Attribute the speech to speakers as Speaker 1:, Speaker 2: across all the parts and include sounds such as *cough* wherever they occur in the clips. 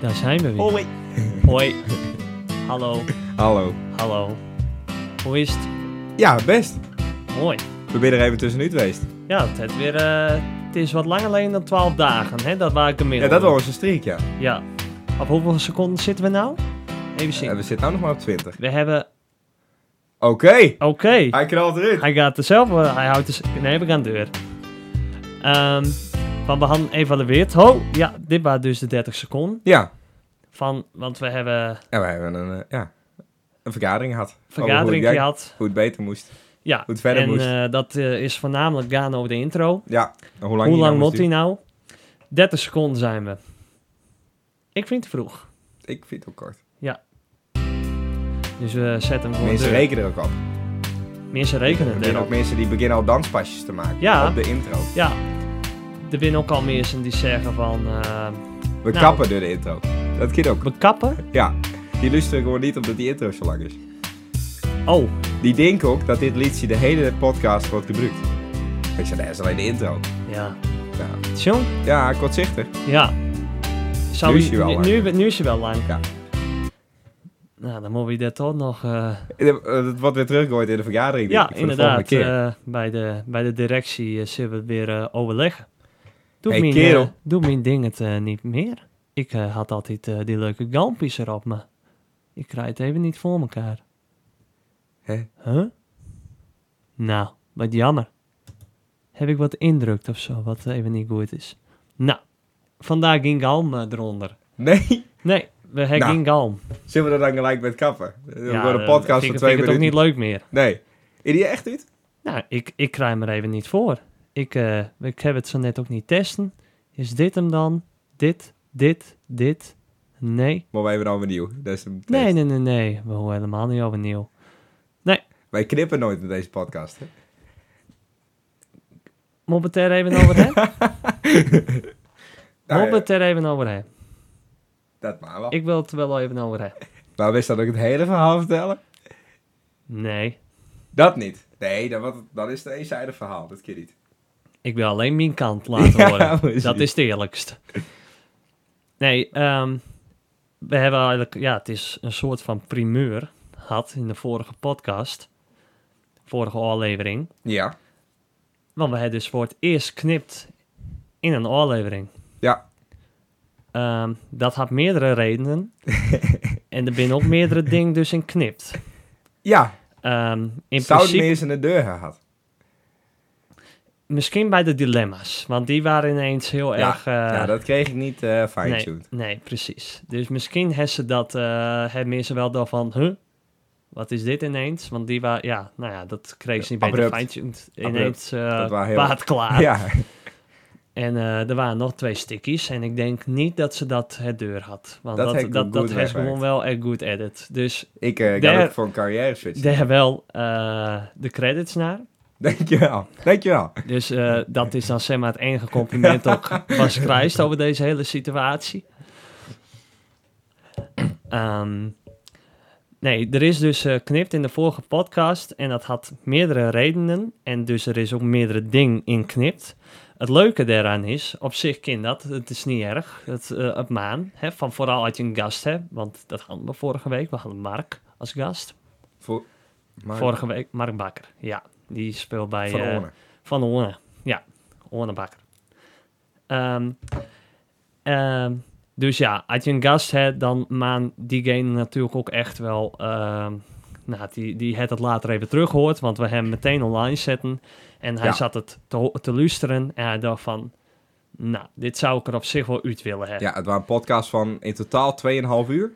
Speaker 1: Daar zijn we weer.
Speaker 2: Hoi.
Speaker 1: Hoi. *laughs* Hallo.
Speaker 2: Hallo.
Speaker 1: Hallo. Hoe is het?
Speaker 2: Ja, best.
Speaker 1: Mooi.
Speaker 2: We zijn er even tussenuit geweest.
Speaker 1: Ja, het, het weer, eh, het is wat langer alleen dan 12 dagen. Hè? Dat waren
Speaker 2: Ja,
Speaker 1: gemiddeld.
Speaker 2: dat was een streak, ja.
Speaker 1: Ja. Op hoeveel seconden zitten we nou? Even zien.
Speaker 2: En we zitten nu nog maar op 20.
Speaker 1: we hebben...
Speaker 2: Oké.
Speaker 1: Oké.
Speaker 2: Hij knalt erin.
Speaker 1: Hij gaat er zelf... eh, Hij houdt de... Nee, we gaan deur. Ehm want we hadden evalueerd. Ho, ja, dit waren dus de 30 seconden.
Speaker 2: Ja.
Speaker 1: Van, want we hebben
Speaker 2: En we hebben een, eh, ja, een vergadering gehad. over hoe,
Speaker 1: vergadering
Speaker 2: jij-
Speaker 1: gehad.
Speaker 2: hoe het beter moest.
Speaker 1: Ja,
Speaker 2: Hoe het verder
Speaker 1: en
Speaker 2: moest.
Speaker 1: eh, dat eh, is voornamelijk gaan over de intro.
Speaker 2: ja. En Hoe
Speaker 1: Hoe
Speaker 2: lang, die nou
Speaker 1: lang
Speaker 2: moest
Speaker 1: moet die nou? 30 seconden zijn we. Ik vind het vroeg.
Speaker 2: duren. Ik vind het ook kort.
Speaker 1: Dus we zetten hem gewoon
Speaker 2: Mensen
Speaker 1: deur.
Speaker 2: rekenen er ook op.
Speaker 1: Mensen rekenen
Speaker 2: Er zijn ook
Speaker 1: erop.
Speaker 2: mensen die beginnen al danspasjes te maken.
Speaker 1: Ja.
Speaker 2: Op de intro.
Speaker 1: Ja, er winnen ook al mensen die zeggen van... eh,
Speaker 2: We
Speaker 1: Nou.
Speaker 2: kappen door de intro. Dat kind ook.
Speaker 1: we kappen?
Speaker 2: Ja. Die luisteren gewoon niet omdat die intro zo lang is.
Speaker 1: Oh,
Speaker 2: Die denken ook dat dit liedje de hele podcast wordt gebruikt. Ik zei, nee, dat is alleen de intro. Nou,
Speaker 1: ja.
Speaker 2: Ja.
Speaker 1: John?
Speaker 2: Ja, kortzichtig.
Speaker 1: Ja. Zou
Speaker 2: Nu
Speaker 1: je-
Speaker 2: is hij wel
Speaker 1: nu,
Speaker 2: lang.
Speaker 1: nu, nu is hij wel lang.
Speaker 2: Ja.
Speaker 1: Nou, dan moeten we dit toch nog... eh,
Speaker 2: Eh, Dat wordt weer teruggegooid in de vergadering. denk
Speaker 1: ja,
Speaker 2: ik, voor De
Speaker 1: inderdaad.
Speaker 2: volgende keer. *laughs*
Speaker 1: eh, bij, de, bij de directie eh, zullen we het weer eh, overleggen. Doe,
Speaker 2: Hey,
Speaker 1: mijn,
Speaker 2: kerel.
Speaker 1: eh, doe mijn ding het eh, niet meer. Ik eh, had altijd eh, die leuke gampies erop, maar ik krijg het even niet voor mekaar.
Speaker 2: Hè?
Speaker 1: Huh? Nou, wat jammer. Heb ik wat indrukt of zo, wat even niet goed is. Nou, vandaag ging Galm eh, eronder.
Speaker 2: Nee.
Speaker 1: Nee, we hebben
Speaker 2: Nou,
Speaker 1: geen Galm.
Speaker 2: Zullen we dat dan gelijk met kappen? We
Speaker 1: Ja,
Speaker 2: worden een
Speaker 1: eh, vind
Speaker 2: podcast van
Speaker 1: ik-
Speaker 2: twee
Speaker 1: vind ik
Speaker 2: minuten.
Speaker 1: het ook niet leuk meer.
Speaker 2: Nee. Is die echt uit?
Speaker 1: Nou, ik, ik krijg me er even niet voor. Ik, eh, ik heb het zo net ook niet testen. Is dit hem dan? Dit, dit, dit? Nee.
Speaker 2: Maar wij hebben dan opnieuw. Dat is een
Speaker 1: Nee,
Speaker 2: test.
Speaker 1: nee, nee, nee. We horen helemaal niet overnieuw.
Speaker 2: Wij knippen nooit met deze
Speaker 1: *laughs*
Speaker 2: podcast. hè?
Speaker 1: Moet het er even over hebben?
Speaker 2: Nou,
Speaker 1: Moet
Speaker 2: ja,
Speaker 1: het er even over hebben?
Speaker 2: dat maar wel.
Speaker 1: Ik wil het er wel even over hebben.
Speaker 2: Maar wist dat ook het hele verhaal vertellen?
Speaker 1: Nee.
Speaker 2: Dat niet. Nee, dan, wat, dan is het een eenzijdig verhaal. Dat kan niet.
Speaker 1: Ik wil alleen mijn kant laten
Speaker 2: Ja,
Speaker 1: horen.
Speaker 2: precies.
Speaker 1: dat is het eerlijkste. Nee, ehm, we hebben eigenlijk, ja, het is een soort van primeur gehad in de vorige podcast, vorige aflevering.
Speaker 2: Ja.
Speaker 1: Want we hebben dus voor het eerst knipt in een aflevering.
Speaker 2: Ja.
Speaker 1: Ehm, dat had meerdere
Speaker 2: *laughs*
Speaker 1: redenen. en er zijn ook meerdere dingen dus in knipt.
Speaker 2: Ja.
Speaker 1: Ehm, in
Speaker 2: Zou het
Speaker 1: principe,
Speaker 2: meer eens in de deur gehad?
Speaker 1: misschien bij de dilemma's. Want die waren ineens heel erg... eh,
Speaker 2: ja, dat kreeg ik niet eh
Speaker 1: nee,
Speaker 2: fine-tuned.
Speaker 1: nee, precies. Dus misschien hebben ze dat... eh, hebben mensen wel dan van... Huh? Wat is dit ineens? Want die waren... Ja, nou ja, dat kreeg ze niet bij de
Speaker 2: Abrupt.
Speaker 1: fine-tuned.
Speaker 2: Abrupt.
Speaker 1: Ineens eh
Speaker 2: Dat waren heel-
Speaker 1: paard klaar.
Speaker 2: Ja. *laughs*
Speaker 1: En eh, er waren nog twee stickies. En ik denk niet dat ze dat het deur had. Want
Speaker 2: Dat
Speaker 1: dat,
Speaker 2: heb ik
Speaker 1: dat,
Speaker 2: ook
Speaker 1: dat,
Speaker 2: goed
Speaker 1: is gewoon
Speaker 2: weggewerkt.
Speaker 1: wel echt goed edit. Dus
Speaker 2: Ik eh ga
Speaker 1: Daar-
Speaker 2: ook voor een carrière switch.
Speaker 1: daar wel eh, de credits naar.
Speaker 2: Dankjewel. Dankjewel.
Speaker 1: Dus eh, dat is dan zeg maar het enige compliment ook was Christ over deze hele situatie. Ehm, nee, er is dus eh knipt in de vorige podcast en dat had meerdere redenen. En dus er is ook meerdere dingen in knipt. Het leuke daaraan is, op zich kind dat, het is niet erg, het, eh het maan. Hè, van vooral als je een gast hebt, want dat hadden we vorige week. We hadden Mark als gast.
Speaker 2: Voor, maar,
Speaker 1: Vorige week, Mark Bakker, ja. Die speelt bij...
Speaker 2: van
Speaker 1: eh,
Speaker 2: Orne.
Speaker 1: van de hoornen. Ja, hoornenbakker. Ehm, ehm, dus ja, als je een gast hebt, dan maan diegene natuurlijk ook echt wel... ehm, nou, die, die het het later even terughoort, want we hebben hem meteen online zetten. En hij
Speaker 2: Ja.
Speaker 1: zat het te, ho- te luisteren en hij dacht van... Nou, dit zou ik er op zich wel uit willen hebben.
Speaker 2: Ja, het was een podcast van in totaal 2,5
Speaker 1: *laughs*
Speaker 2: uur.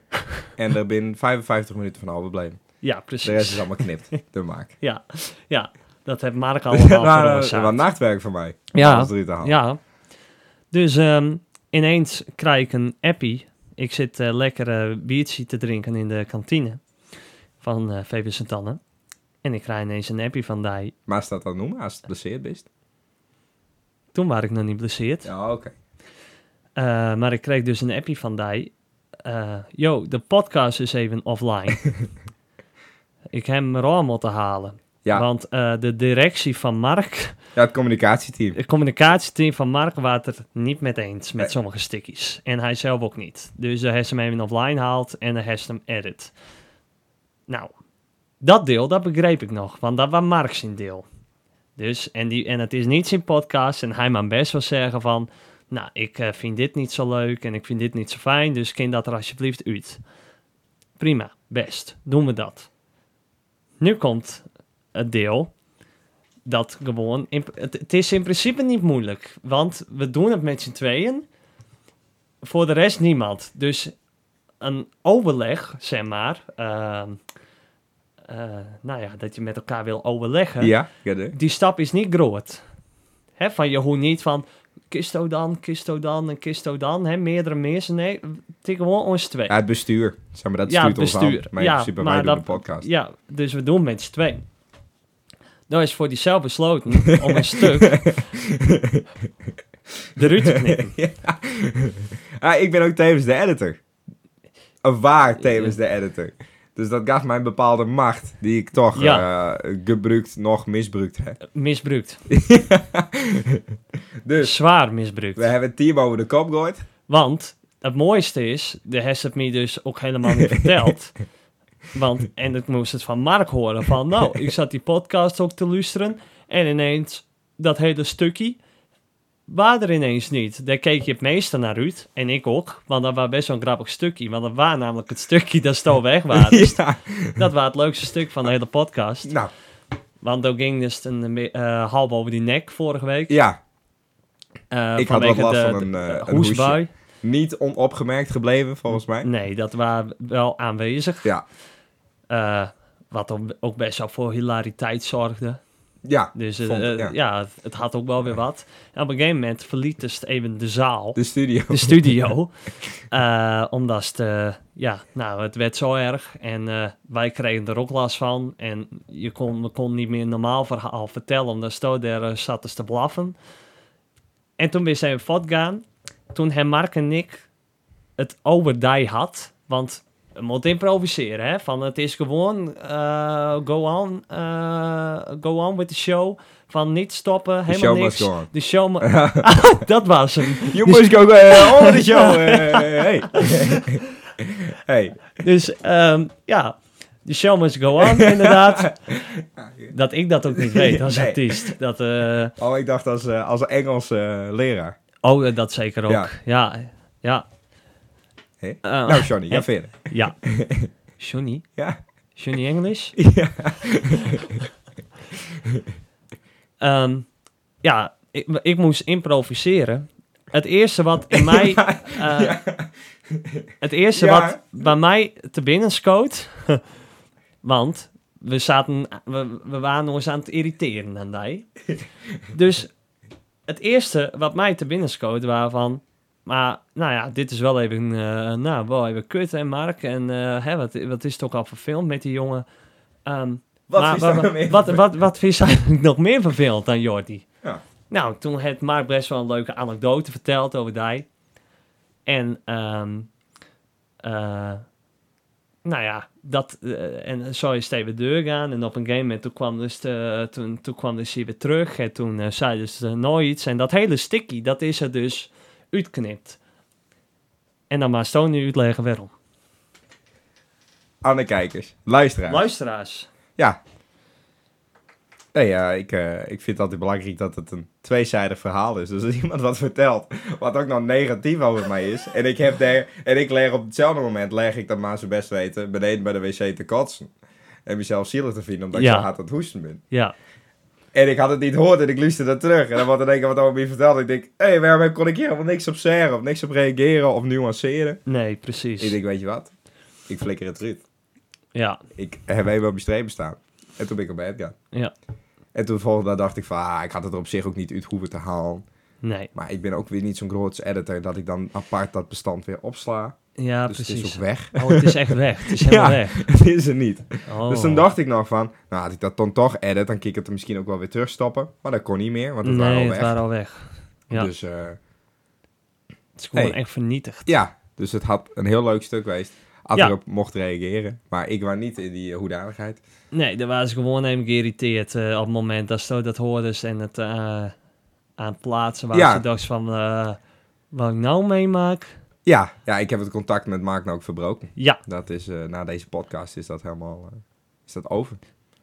Speaker 2: en er binnen 55 minuten van overbleven.
Speaker 1: Ja,
Speaker 2: De rest is
Speaker 1: precies.
Speaker 2: allemaal knipt. De maak.
Speaker 1: Ja, ja, dat heeft
Speaker 2: *laughs*
Speaker 1: Mark
Speaker 2: Dat
Speaker 1: allemaal voor ons
Speaker 2: was
Speaker 1: uit.
Speaker 2: nachtwerk voor mij.
Speaker 1: Ja.
Speaker 2: Om drie te halen.
Speaker 1: Ja. Dus ehm, ineens krijg ik een appie. Ik zit eh, lekker eh, biertje te drinken in de kantine van eh VB Santanne. En ik krijg ineens een appie van die.
Speaker 2: Maar is dat dan noemen als het blesseerd bent?
Speaker 1: Toen was ik nog niet blesseerd.
Speaker 2: Ja, oké.
Speaker 1: Eh, maar ik kreeg dus een appie van die. eh,
Speaker 2: *laughs*
Speaker 1: Yo, de podcast is even offline. ik heb hem er al moeten halen.
Speaker 2: Ja.
Speaker 1: Want eh, de directie van Mark,
Speaker 2: Ja, het communicatieteam.
Speaker 1: het communicatieteam van Mark, was het niet met eens met
Speaker 2: Nee.
Speaker 1: sommige stickies. En hij zelf ook niet. Dus hij heeft hem even offline haalt en hij heeft hem edit. Nou, dat deel, dat begreep ik nog, want dat was Mark zijn deel. Dus, en, die, en het is niet zijn podcast en hij mag best wel zeggen van... Nou, ik eh, vind dit niet zo leuk en ik vind dit niet zo fijn, dus kind dat er alsjeblieft uit. Prima, best, doen we dat. Nu komt het deel dat gewoon... in- het, het is in principe niet moeilijk, want we doen het met z'n tweeën. Voor de rest niemand. Dus een overleg, zeg maar... ehm, eh, nou ja, dat je met elkaar wil overleggen
Speaker 2: Ja, ja de.
Speaker 1: die stap is niet groot. Hè, van je hoe niet van kisto dan, kisto dan en kisto dan. Hè, meerdere mensen. Nee, het is gewoon ons twee.
Speaker 2: Ja, het bestuur. Zeg maar, dat
Speaker 1: Ja,
Speaker 2: stuurt
Speaker 1: het
Speaker 2: ons
Speaker 1: bestuur.
Speaker 2: aan. Maar in
Speaker 1: Ja,
Speaker 2: principe,
Speaker 1: maar
Speaker 2: wij doen
Speaker 1: dat-
Speaker 2: de podcast.
Speaker 1: Ja, dus we doen met z'n twee. Nou is voor die zelf
Speaker 2: *laughs*
Speaker 1: besloten om een stuk eruit te knippen.
Speaker 2: *laughs* Ah, ik ben ook tevens de editor. Of waar tevens de editor. Dus dat gaf mij een bepaalde macht die ik toch
Speaker 1: Ja. Eh,
Speaker 2: eh, gebruikt, nog misbruikt heb.
Speaker 1: Misbruikt.
Speaker 2: Dus
Speaker 1: Zwaar misbruikt.
Speaker 2: we hebben het team over de kop gegooid.
Speaker 1: Want het mooiste is, de heeft het me dus ook helemaal niet
Speaker 2: *laughs*
Speaker 1: verteld. Want, en ik moest het van Mark horen van, nou, ik zat die podcast ook te luisteren. En ineens, dat hele stukje, waar er ineens niet. Daar keek je het meeste naar uit, en ik ook. Want dat was best wel een grappig stukje. Want dat was namelijk het stukje dat stal weg
Speaker 2: *laughs*
Speaker 1: waren.
Speaker 2: Ja.
Speaker 1: Dat was het leukste stuk van de hele podcast.
Speaker 2: Nou,
Speaker 1: Want dan ging dus een eh, halb over die nek vorige week.
Speaker 2: ja.
Speaker 1: eh,
Speaker 2: Ik had
Speaker 1: vanwege
Speaker 2: wat last
Speaker 1: de-
Speaker 2: van een,
Speaker 1: de-
Speaker 2: eh,
Speaker 1: de
Speaker 2: een hoesje. Niet onopgemerkt gebleven, volgens mij.
Speaker 1: Nee, dat waren wel aanwezig.
Speaker 2: Ja.
Speaker 1: Eh, wat ook- ook best wel voor hilariteit zorgde.
Speaker 2: Ja.
Speaker 1: Dus eh,
Speaker 2: Vond-
Speaker 1: eh,
Speaker 2: ja.
Speaker 1: ja. het- het had ook wel weer wat. En op een gegeven moment verliet dus even de zaal,
Speaker 2: De studio.
Speaker 1: *laughs* de studio. Eh, omdat het, eh, ja, nou, het werd zo erg. En eh, wij kregen er ook last van. En je kon, we kon niet meer een normaal verhaal vertellen, omdat Sto daar eh, zat dus te blaffen. En toen weer zijn we voortgaan. Toen hij Mark en ik het overdij had. Want we moeten improviseren, hè. Van het is gewoon eh, go on, eh, go on with the show. Van niet stoppen,
Speaker 2: De
Speaker 1: helemaal
Speaker 2: show
Speaker 1: niks.
Speaker 2: must go
Speaker 1: *laughs*
Speaker 2: on.
Speaker 1: De
Speaker 2: *laughs*
Speaker 1: show mu- *laughs* Dat was hem.
Speaker 2: You must
Speaker 1: *laughs*
Speaker 2: go eh, on the show. eh, hey. hey.
Speaker 1: Dus ehm, ja, de show must go
Speaker 2: *laughs*
Speaker 1: on, inderdaad. Dat ik dat ook niet weet als
Speaker 2: Ah, Nee.
Speaker 1: artiest. Dat, eh,
Speaker 2: Oh, ik dacht als, eh, als Engels eh, leraar.
Speaker 1: oh, eh, dat zeker ook.
Speaker 2: Ja.
Speaker 1: Ja, ja. Ja.
Speaker 2: Hé?
Speaker 1: Eh,
Speaker 2: Nou, Johnny, ga
Speaker 1: eh.
Speaker 2: verder. *laughs*
Speaker 1: ja. Johnny?
Speaker 2: Ja.
Speaker 1: Johnny English?
Speaker 2: Ja.
Speaker 1: Ehm, ja, ik, ik moest improviseren. Het eerste wat in mij... eh, Het eerste
Speaker 2: Ja.
Speaker 1: wat bij mij te binnen schoot... *laughs* want we, zaten, we, we waren ons aan het irriteren aan die. Dus het eerste wat mij te binnen schoot waren van... Maar, nou ja, dit is wel even, eh, nou, wel even kut, hè, Mark? En eh, hè, wat, wat is het ook al verfilmd met die jongen? Ehm,
Speaker 2: Wat
Speaker 1: maar
Speaker 2: is daar
Speaker 1: wat,
Speaker 2: nou mee?
Speaker 1: wat, wat, wat vind je eigenlijk *laughs* nog meer vervelend dan Jordi?
Speaker 2: Ja.
Speaker 1: Nou, toen heeft Mark best wel een leuke anekdote verteld over die. En, ehm, eh, nou ja, dat, eh, en zo is het even doorgaan. En op een gegeven moment, toen kwam dus, de, toen, toen kwam dus hij weer terug. En toen eh, zei dus eh, nooit iets. En dat hele sticky, dat is er dus uitknipt. En dan maar zo nu uitleggen waarom.
Speaker 2: Aan de kijkers. Luisteraars.
Speaker 1: Luisteraars.
Speaker 2: Ja. Nee, ja, ik, eh, ik vind het altijd belangrijk dat het een tweezijdig verhaal is. Dus als iemand wat vertelt, wat ook nog negatief over mij is. En ik, heb daar, en ik leg op hetzelfde moment, leg ik dat maar zo best weten, beneden bij de wc te kotsen. En mezelf zielig te vinden, omdat ik
Speaker 1: Ja.
Speaker 2: zo hard aan het hoesten ben.
Speaker 1: Ja,
Speaker 2: En ik had het niet gehoord en ik luisterde dat terug. En dan wordt in één keer wat over mij verteld. Ik denk, hé, hey, waarom kon ik hier helemaal niks op zeggen? Of niks op reageren of nuanceren?
Speaker 1: nee, precies.
Speaker 2: Ik denk, weet je wat? Ik flikker het eruit.
Speaker 1: Ja,
Speaker 2: Ik heb even op mijn strepen staan. En toen ben ik op bed gaan.
Speaker 1: ja,
Speaker 2: En toen de volgende dag dacht ik van, ah, ik had het er op zich ook niet uit hoeven te halen.
Speaker 1: nee.
Speaker 2: Maar ik ben ook weer niet zo'n groots editor dat ik dan apart dat bestand weer opsla.
Speaker 1: Ja,
Speaker 2: dus
Speaker 1: precies.
Speaker 2: het is ook weg. *laughs*
Speaker 1: Oh, het is echt weg. Het is helemaal
Speaker 2: Ja.
Speaker 1: weg.
Speaker 2: het is er niet.
Speaker 1: Oh.
Speaker 2: Dus toen dacht ik nog van, nou had ik dat dan toch edit, dan kan ik het er misschien ook wel weer terugstoppen. Maar dat kon niet meer, want het
Speaker 1: nee,
Speaker 2: waren al
Speaker 1: het
Speaker 2: weg.
Speaker 1: waren al weg. ja.
Speaker 2: Dus eh,
Speaker 1: Het is gewoon
Speaker 2: Hey.
Speaker 1: echt vernietigd.
Speaker 2: ja, dus het had een heel leuk stuk geweest. Ad
Speaker 1: Ja.
Speaker 2: erop mocht reageren. Maar ik was niet in die eh, hoedanigheid.
Speaker 1: Nee, daar waren ze gewoon even geïrriteerd eh, op het moment dat ze dat hoorden en het eh, aan het plaatsen waren.
Speaker 2: Ja.
Speaker 1: Ze dachten van, eh, wat ik nou meemaak?
Speaker 2: Ja, ja, ik heb het contact met Mark nou ook verbroken.
Speaker 1: Ja,
Speaker 2: Dat is, eh, na deze podcast is dat helemaal eh, is dat over.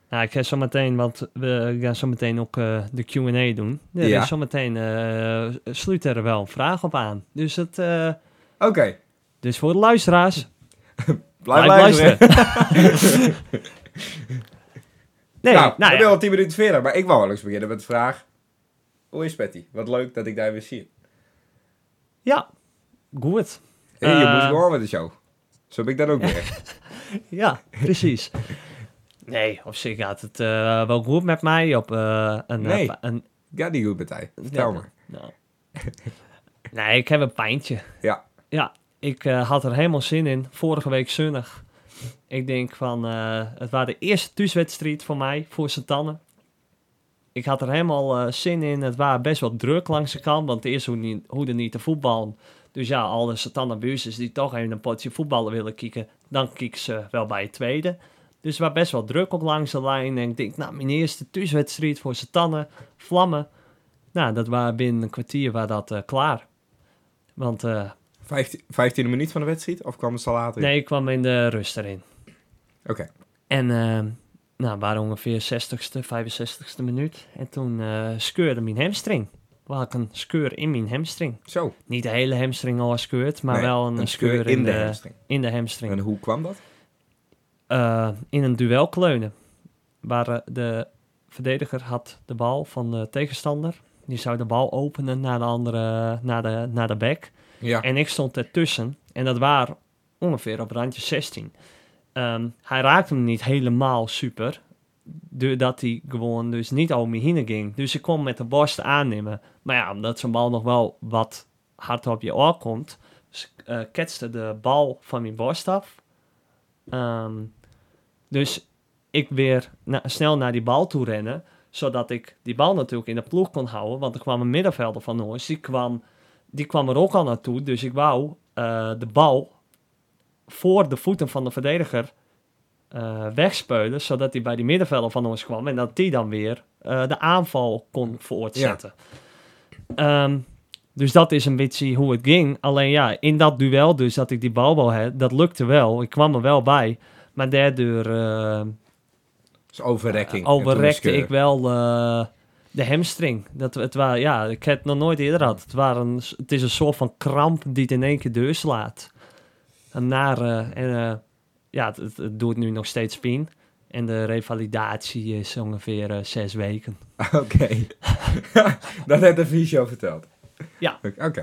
Speaker 1: nou, ik ga zo meteen, want we gaan zo meteen ook eh, de Q&A doen. Er
Speaker 2: Ja.
Speaker 1: is zo meteen, eh, sluit er wel een vraag op aan. Dus, het, eh,
Speaker 2: Oké,
Speaker 1: dus voor de luisteraars,
Speaker 2: blijf,
Speaker 1: Blijf
Speaker 2: luisteren. *laughs*
Speaker 1: nee,
Speaker 2: nou,
Speaker 1: nou,
Speaker 2: ik ben
Speaker 1: ja.
Speaker 2: al tien minuten verder, maar ik wou wel eens beginnen met de vraag. Hoe is Patty? Wat leuk dat ik daar weer zie.
Speaker 1: ja, goed.
Speaker 2: Hé, je
Speaker 1: Eh.
Speaker 2: moet gewoon met de show. Zo ben ik dat ook
Speaker 1: *laughs*
Speaker 2: weer.
Speaker 1: Ja, precies. *laughs* Nee, op zich gaat het eh, wel goed met mij op eh, een,
Speaker 2: Nee.
Speaker 1: eh, een...
Speaker 2: ja, die goed partij. Vertel
Speaker 1: Ja.
Speaker 2: maar.
Speaker 1: nou. *laughs* nee, ik heb een pijntje.
Speaker 2: Ja.
Speaker 1: Ja, ik eh, had er helemaal zin in. Vorige week zonnig. Ik denk van, eh, het was de eerste thuiswedstrijd voor mij, voor Santanne. Ik had er helemaal eh, zin in. Het was best wel druk langs de kant, want eerst hoe, niet, hoe er niet te voetballen. Dus ja, alle Santanne-buurtjes die toch even een potje voetballen willen kieken, dan kieken ze wel bij het tweede. Dus het was best wel druk op langs de lijn. En ik denk, nou, mijn eerste thuiswedstrijd voor Santanne, vlammen. Nou, dat was binnen een kwartier was dat eh, klaar. Want eh,
Speaker 2: Vijftien- Vijftiende minuut van de wedstrijd? Of kwam het al later? in?
Speaker 1: Nee, ik kwam in de rust erin.
Speaker 2: Oké.
Speaker 1: En eh, nou, waren ongeveer 60ste, 65ste minuut. En toen eh, scheurde mijn hamstring. Wel had ik een skeur in mijn hamstring.
Speaker 2: Zo.
Speaker 1: Niet de hele hamstring al gescheurd, maar
Speaker 2: Nee,
Speaker 1: wel een,
Speaker 2: Een
Speaker 1: skeur,
Speaker 2: skeur in de hamstring.
Speaker 1: in de hamstring.
Speaker 2: En hoe kwam dat?
Speaker 1: Eh, in een duel kleunen. Waar eh, de verdediger had de bal van de tegenstander. Die zou de bal openen naar de andere, naar de, naar de back.
Speaker 2: Ja.
Speaker 1: En ik stond ertussen. En dat waren ongeveer op randje 16. Ehm, hij raakte me niet helemaal super. Doordat hij gewoon dus niet over me heen ging. Dus ik kon met de borst aannemen. Maar ja, omdat zijn bal nog wel wat hard op je oor komt... s- eh, ketste de bal van mijn borst af. Ehm, dus ik weer na- snel naar die bal toe rennen. Zodat ik die bal natuurlijk in de ploeg kon houden. Want er kwam een middenvelder van ons. Die kwam die kwam er ook al naartoe. Dus ik wou eh, de bal voor de voeten van de verdediger eh wegspeulen. Zodat hij bij die middenvelder van ons kwam. En dat die dan weer eh, de aanval kon voortzetten. Ehm, dus dat is een beetje hoe het ging. Alleen ja, in dat duel dus dat ik die bal wel had, dat lukte wel. Ik kwam er wel bij. Maar daardoor... eh,
Speaker 2: Dus overrekking.
Speaker 1: al
Speaker 2: en toen een
Speaker 1: berekte
Speaker 2: skeur.
Speaker 1: ik wel eh, de hamstring. Dat, het wa- ja, ik heb het nog nooit eerder had. Het, waren, een s- het is een soort van kramp die het in één keer doorslaat. Een nare... En, eh, ja, het, het, het doet nu nog steeds pijn. En de revalidatie is ongeveer eh, zes weken.
Speaker 2: Oké. *laughs* dat heeft de fysio verteld.
Speaker 1: Ja.
Speaker 2: Oké.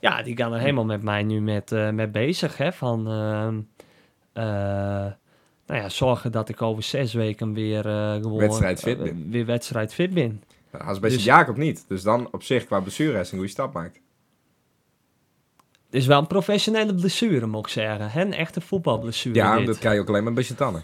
Speaker 1: Ja, die
Speaker 2: Hm.
Speaker 1: gaan er helemaal met mij nu met, eh met bezig. Hè? Van, ehm, eh, nou ja, zorgen dat ik over zes weken weer eh, gewoon...
Speaker 2: Wedstrijdfit ben.
Speaker 1: eh, weer wedstrijdfit ben.
Speaker 2: Nou, als bij
Speaker 1: Dus-
Speaker 2: Jacob niet. Dus dan op zich qua blessure is een goede stap maakt.
Speaker 1: Het is wel een professionele blessure, moet ik zeggen. Hè? Een echte voetbalblessure.
Speaker 2: Ja,
Speaker 1: dit.
Speaker 2: dat krijg je ook alleen maar bij Chantanne.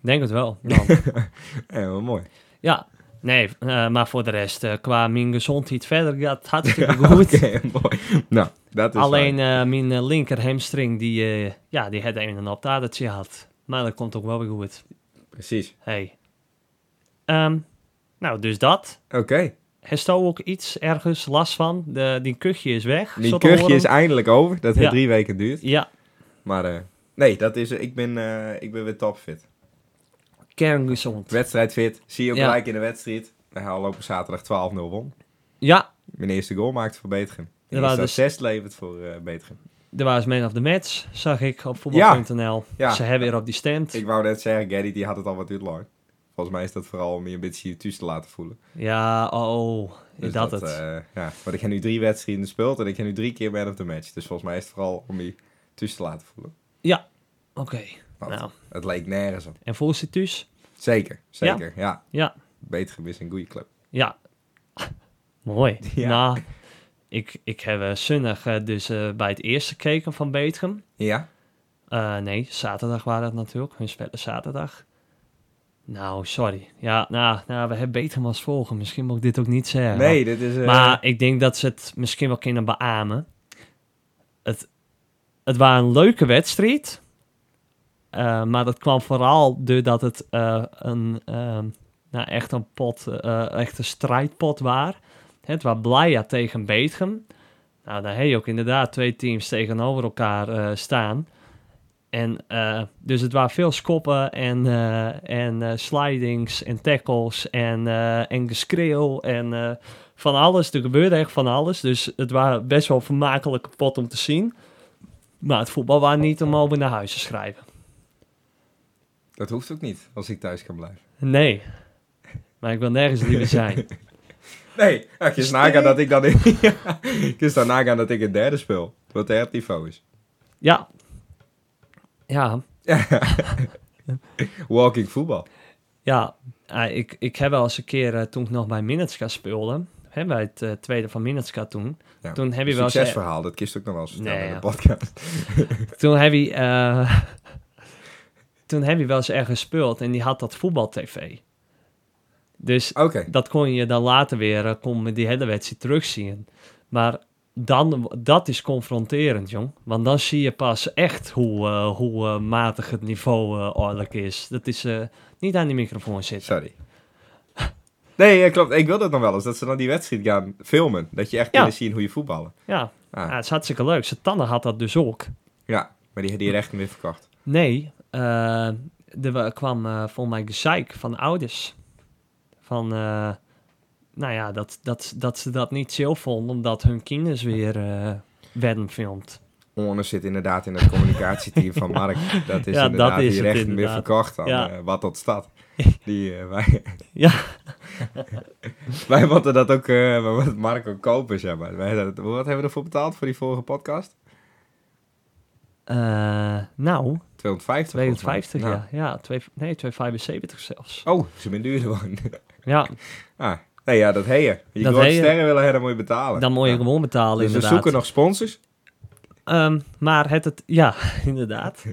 Speaker 1: Denk het wel. Dan.
Speaker 2: *laughs* Ja, wel mooi.
Speaker 1: ja, nee, eh, maar voor de rest, eh, qua mijn gezondheid verder gaat het hartstikke
Speaker 2: *laughs*
Speaker 1: goed.
Speaker 2: Oké, mooi. Nou, dat is
Speaker 1: Alleen eh, mijn eh, linker hamstring, die, eh, ja, die had een en op dat had. Maar dat komt ook wel weer goed.
Speaker 2: waar. Precies.
Speaker 1: Hey. Ehm, nou, dus dat.
Speaker 2: Oké.
Speaker 1: Heeft jou ook iets ergens last van? De, die kuchje is weg.
Speaker 2: Die
Speaker 1: zo te
Speaker 2: kuchje
Speaker 1: horen.
Speaker 2: is eindelijk over. Dat heeft
Speaker 1: Ja.
Speaker 2: drie weken duurt.
Speaker 1: Ja,
Speaker 2: Maar eh, nee, dat is, ik, ben, eh, ik ben weer topfit.
Speaker 1: kerngezond.
Speaker 2: Wedstrijdfit. Zie je ook
Speaker 1: Ja.
Speaker 2: gelijk in de wedstrijd. We gaan lopen zaterdag 12-0 won.
Speaker 1: Ja,
Speaker 2: Mijn eerste goal maakt voor Beteren.
Speaker 1: Er
Speaker 2: Mijn
Speaker 1: waren
Speaker 2: eerste
Speaker 1: dus-
Speaker 2: assist levert voor eh Beteren.
Speaker 1: Er was Man of the Match, zag ik op voetbal.nl.
Speaker 2: Ja.
Speaker 1: Ze hebben weer op die stand.
Speaker 2: Ik wou net zeggen, Gaddy die had het al wat duurt lang. Volgens mij is dat vooral om je een beetje thuis te laten voelen.
Speaker 1: Ja, oh,
Speaker 2: Dus
Speaker 1: dat, het.
Speaker 2: eh, ja. Maar ik heb nu drie wedstrijden gespeeld en ik heb nu drie keer man of the match. Dus volgens mij is het vooral om je thuis te laten voelen.
Speaker 1: Oké,
Speaker 2: Wat?
Speaker 1: nou.
Speaker 2: Het leek nergens op.
Speaker 1: En volgens je thuis?
Speaker 2: Zeker, zeker. Ja.
Speaker 1: Ja.
Speaker 2: Beteren is een goede club.
Speaker 1: Ja. *laughs* Mooi.
Speaker 2: Ja.
Speaker 1: Nou, ik, ik heb eh, zondag eh, dus eh, bij het eerste gekeken van Betegem.
Speaker 2: Ja?
Speaker 1: Eh, nee, zaterdag waren dat natuurlijk. Hun spelen zaterdag. Nou, sorry. Ja, nou, nou we hebben Betegem als volgen. Misschien moet ik dit ook niet zeggen.
Speaker 2: nee, dit is... eh,
Speaker 1: Maar ik denk dat ze het misschien wel kunnen beamen. Het, het was een leuke wedstrijd. Eh, maar dat kwam vooral doordat het eh, een, ehm, nou, echt een pot, eh, echt een strijdpot was. Het was Blaia tegen Beetgem. Nou, daar heb je ook inderdaad twee teams tegenover elkaar eh, staan. En, eh, dus het waren veel schoppen en, eh, en eh, slidings en tackles en, eh, en geschreeuw en eh, van alles. Er gebeurde echt van alles. Dus het waren best wel vermakelijke pot om te zien. Maar het voetbal was niet om over naar huis te schrijven.
Speaker 2: Dat hoeft ook niet, als ik thuis kan blijven.
Speaker 1: Nee. Maar ik wil nergens liever zijn.
Speaker 2: Nee, ja, kun je nagaan dat ik dan in... *laughs* Ja, kun je dan nagaan dat ik in derde speel. Wat de niveau is.
Speaker 1: *laughs*
Speaker 2: *laughs*
Speaker 1: Ja. Ja.
Speaker 2: Walking voetbal.
Speaker 1: Ja. Eh, ik, ik heb wel eens een keer, eh, toen ik nog bij Minutska speelde... Hè, bij het eh, tweede van Minutska toen...
Speaker 2: Ja,
Speaker 1: Toen heb je wel eens- eh,
Speaker 2: Succesverhaal, dat kist ook nog wel eens vertellen
Speaker 1: Nee,
Speaker 2: in
Speaker 1: ja.
Speaker 2: de podcast. *laughs*
Speaker 1: Toen heb je... eh, *laughs* toen heb je wel eens ergens gespeeld en die had dat voetbal-tv. Dus
Speaker 2: Oké,
Speaker 1: dat kon je dan later weer, eh, kon met die hele wedstrijd terugzien. Maar dan, dat is confronterend, jong. Want dan zie je pas echt hoe, eh, hoe eh, matig het niveau eh oorlijk is. Dat is eh, niet aan die microfoon zitten.
Speaker 2: sorry. Nee, ja, klopt. Ik wil dat nog wel eens. Dat ze dan die wedstrijd gaan filmen. Dat je echt
Speaker 1: Ja.
Speaker 2: kunnen zien hoe je voetballen.
Speaker 1: Ja,
Speaker 2: Ah,
Speaker 1: ja, het is hartstikke leuk. Tanne had dat dus ook.
Speaker 2: ja, maar die, die rechten weer verkocht.
Speaker 1: Nee, eh, er wa- kwam eh volgens mij gezeik van ouders. Van, eh, nou ja, dat, dat, dat ze dat niet chill vonden omdat hun kinders weer eh werden filmd.
Speaker 2: Orne zit inderdaad in het communicatieteam van
Speaker 1: *laughs*
Speaker 2: Mark. Dat is
Speaker 1: Ja,
Speaker 2: inderdaad
Speaker 1: dat is
Speaker 2: die
Speaker 1: het
Speaker 2: rechten weer
Speaker 1: inderdaad.
Speaker 2: verkocht aan
Speaker 1: Ja.
Speaker 2: eh, wat tot
Speaker 1: *laughs*
Speaker 2: stad. Die, eh, wij,
Speaker 1: Ja.
Speaker 2: *laughs* wij wilden dat ook, eh wij wilden Mark ook kopen, zeg maar. Wij, dat, wat hebben we ervoor betaald voor die vorige podcast?
Speaker 1: Eh, nou,
Speaker 2: 250? volgens mij.
Speaker 1: 250,
Speaker 2: Nou.
Speaker 1: ja. ja twee, nee, 275 zelfs.
Speaker 2: Oh, ze ben duurder gewoon.
Speaker 1: Ja,
Speaker 2: ah, nee, ja, dat heen je. Je
Speaker 1: Dat
Speaker 2: dat
Speaker 1: heen je.
Speaker 2: sterren willen hebben, dan moet je betalen.
Speaker 1: dan moet je
Speaker 2: Oh, Ja.
Speaker 1: gewoon betalen,
Speaker 2: Dus we
Speaker 1: inderdaad.
Speaker 2: zoeken nog sponsors.
Speaker 1: Ehm, maar het, het, ja, *laughs*
Speaker 2: *laughs*
Speaker 1: inderdaad.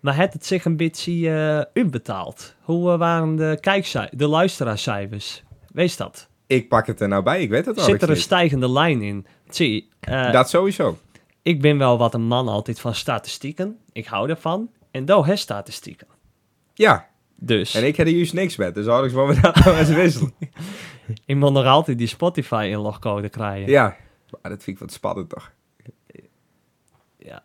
Speaker 1: maar het het zich een beetje eh uitbetaald? Hoe eh, waren de, kijkci- de luisteraarscijfers? Wees dat.
Speaker 2: Ik pak het er nou bij, ik weet het al.
Speaker 1: Zit er een stijgende lijn in? Zie, eh,
Speaker 2: Dat sowieso.
Speaker 1: ik ben wel wat een man altijd van statistieken. Ik hou daarvan. En daar heb statistieken.
Speaker 2: Ja,
Speaker 1: Dus
Speaker 2: en
Speaker 1: ik...
Speaker 2: ik heb er juist niks met, dus hadden ze gewoon dat
Speaker 1: *laughs*
Speaker 2: nou eens wisselen.
Speaker 1: moet nog altijd die Spotify-inlogcode krijgen.
Speaker 2: Ja, maar dat vind ik wat spannend toch.
Speaker 1: Ja.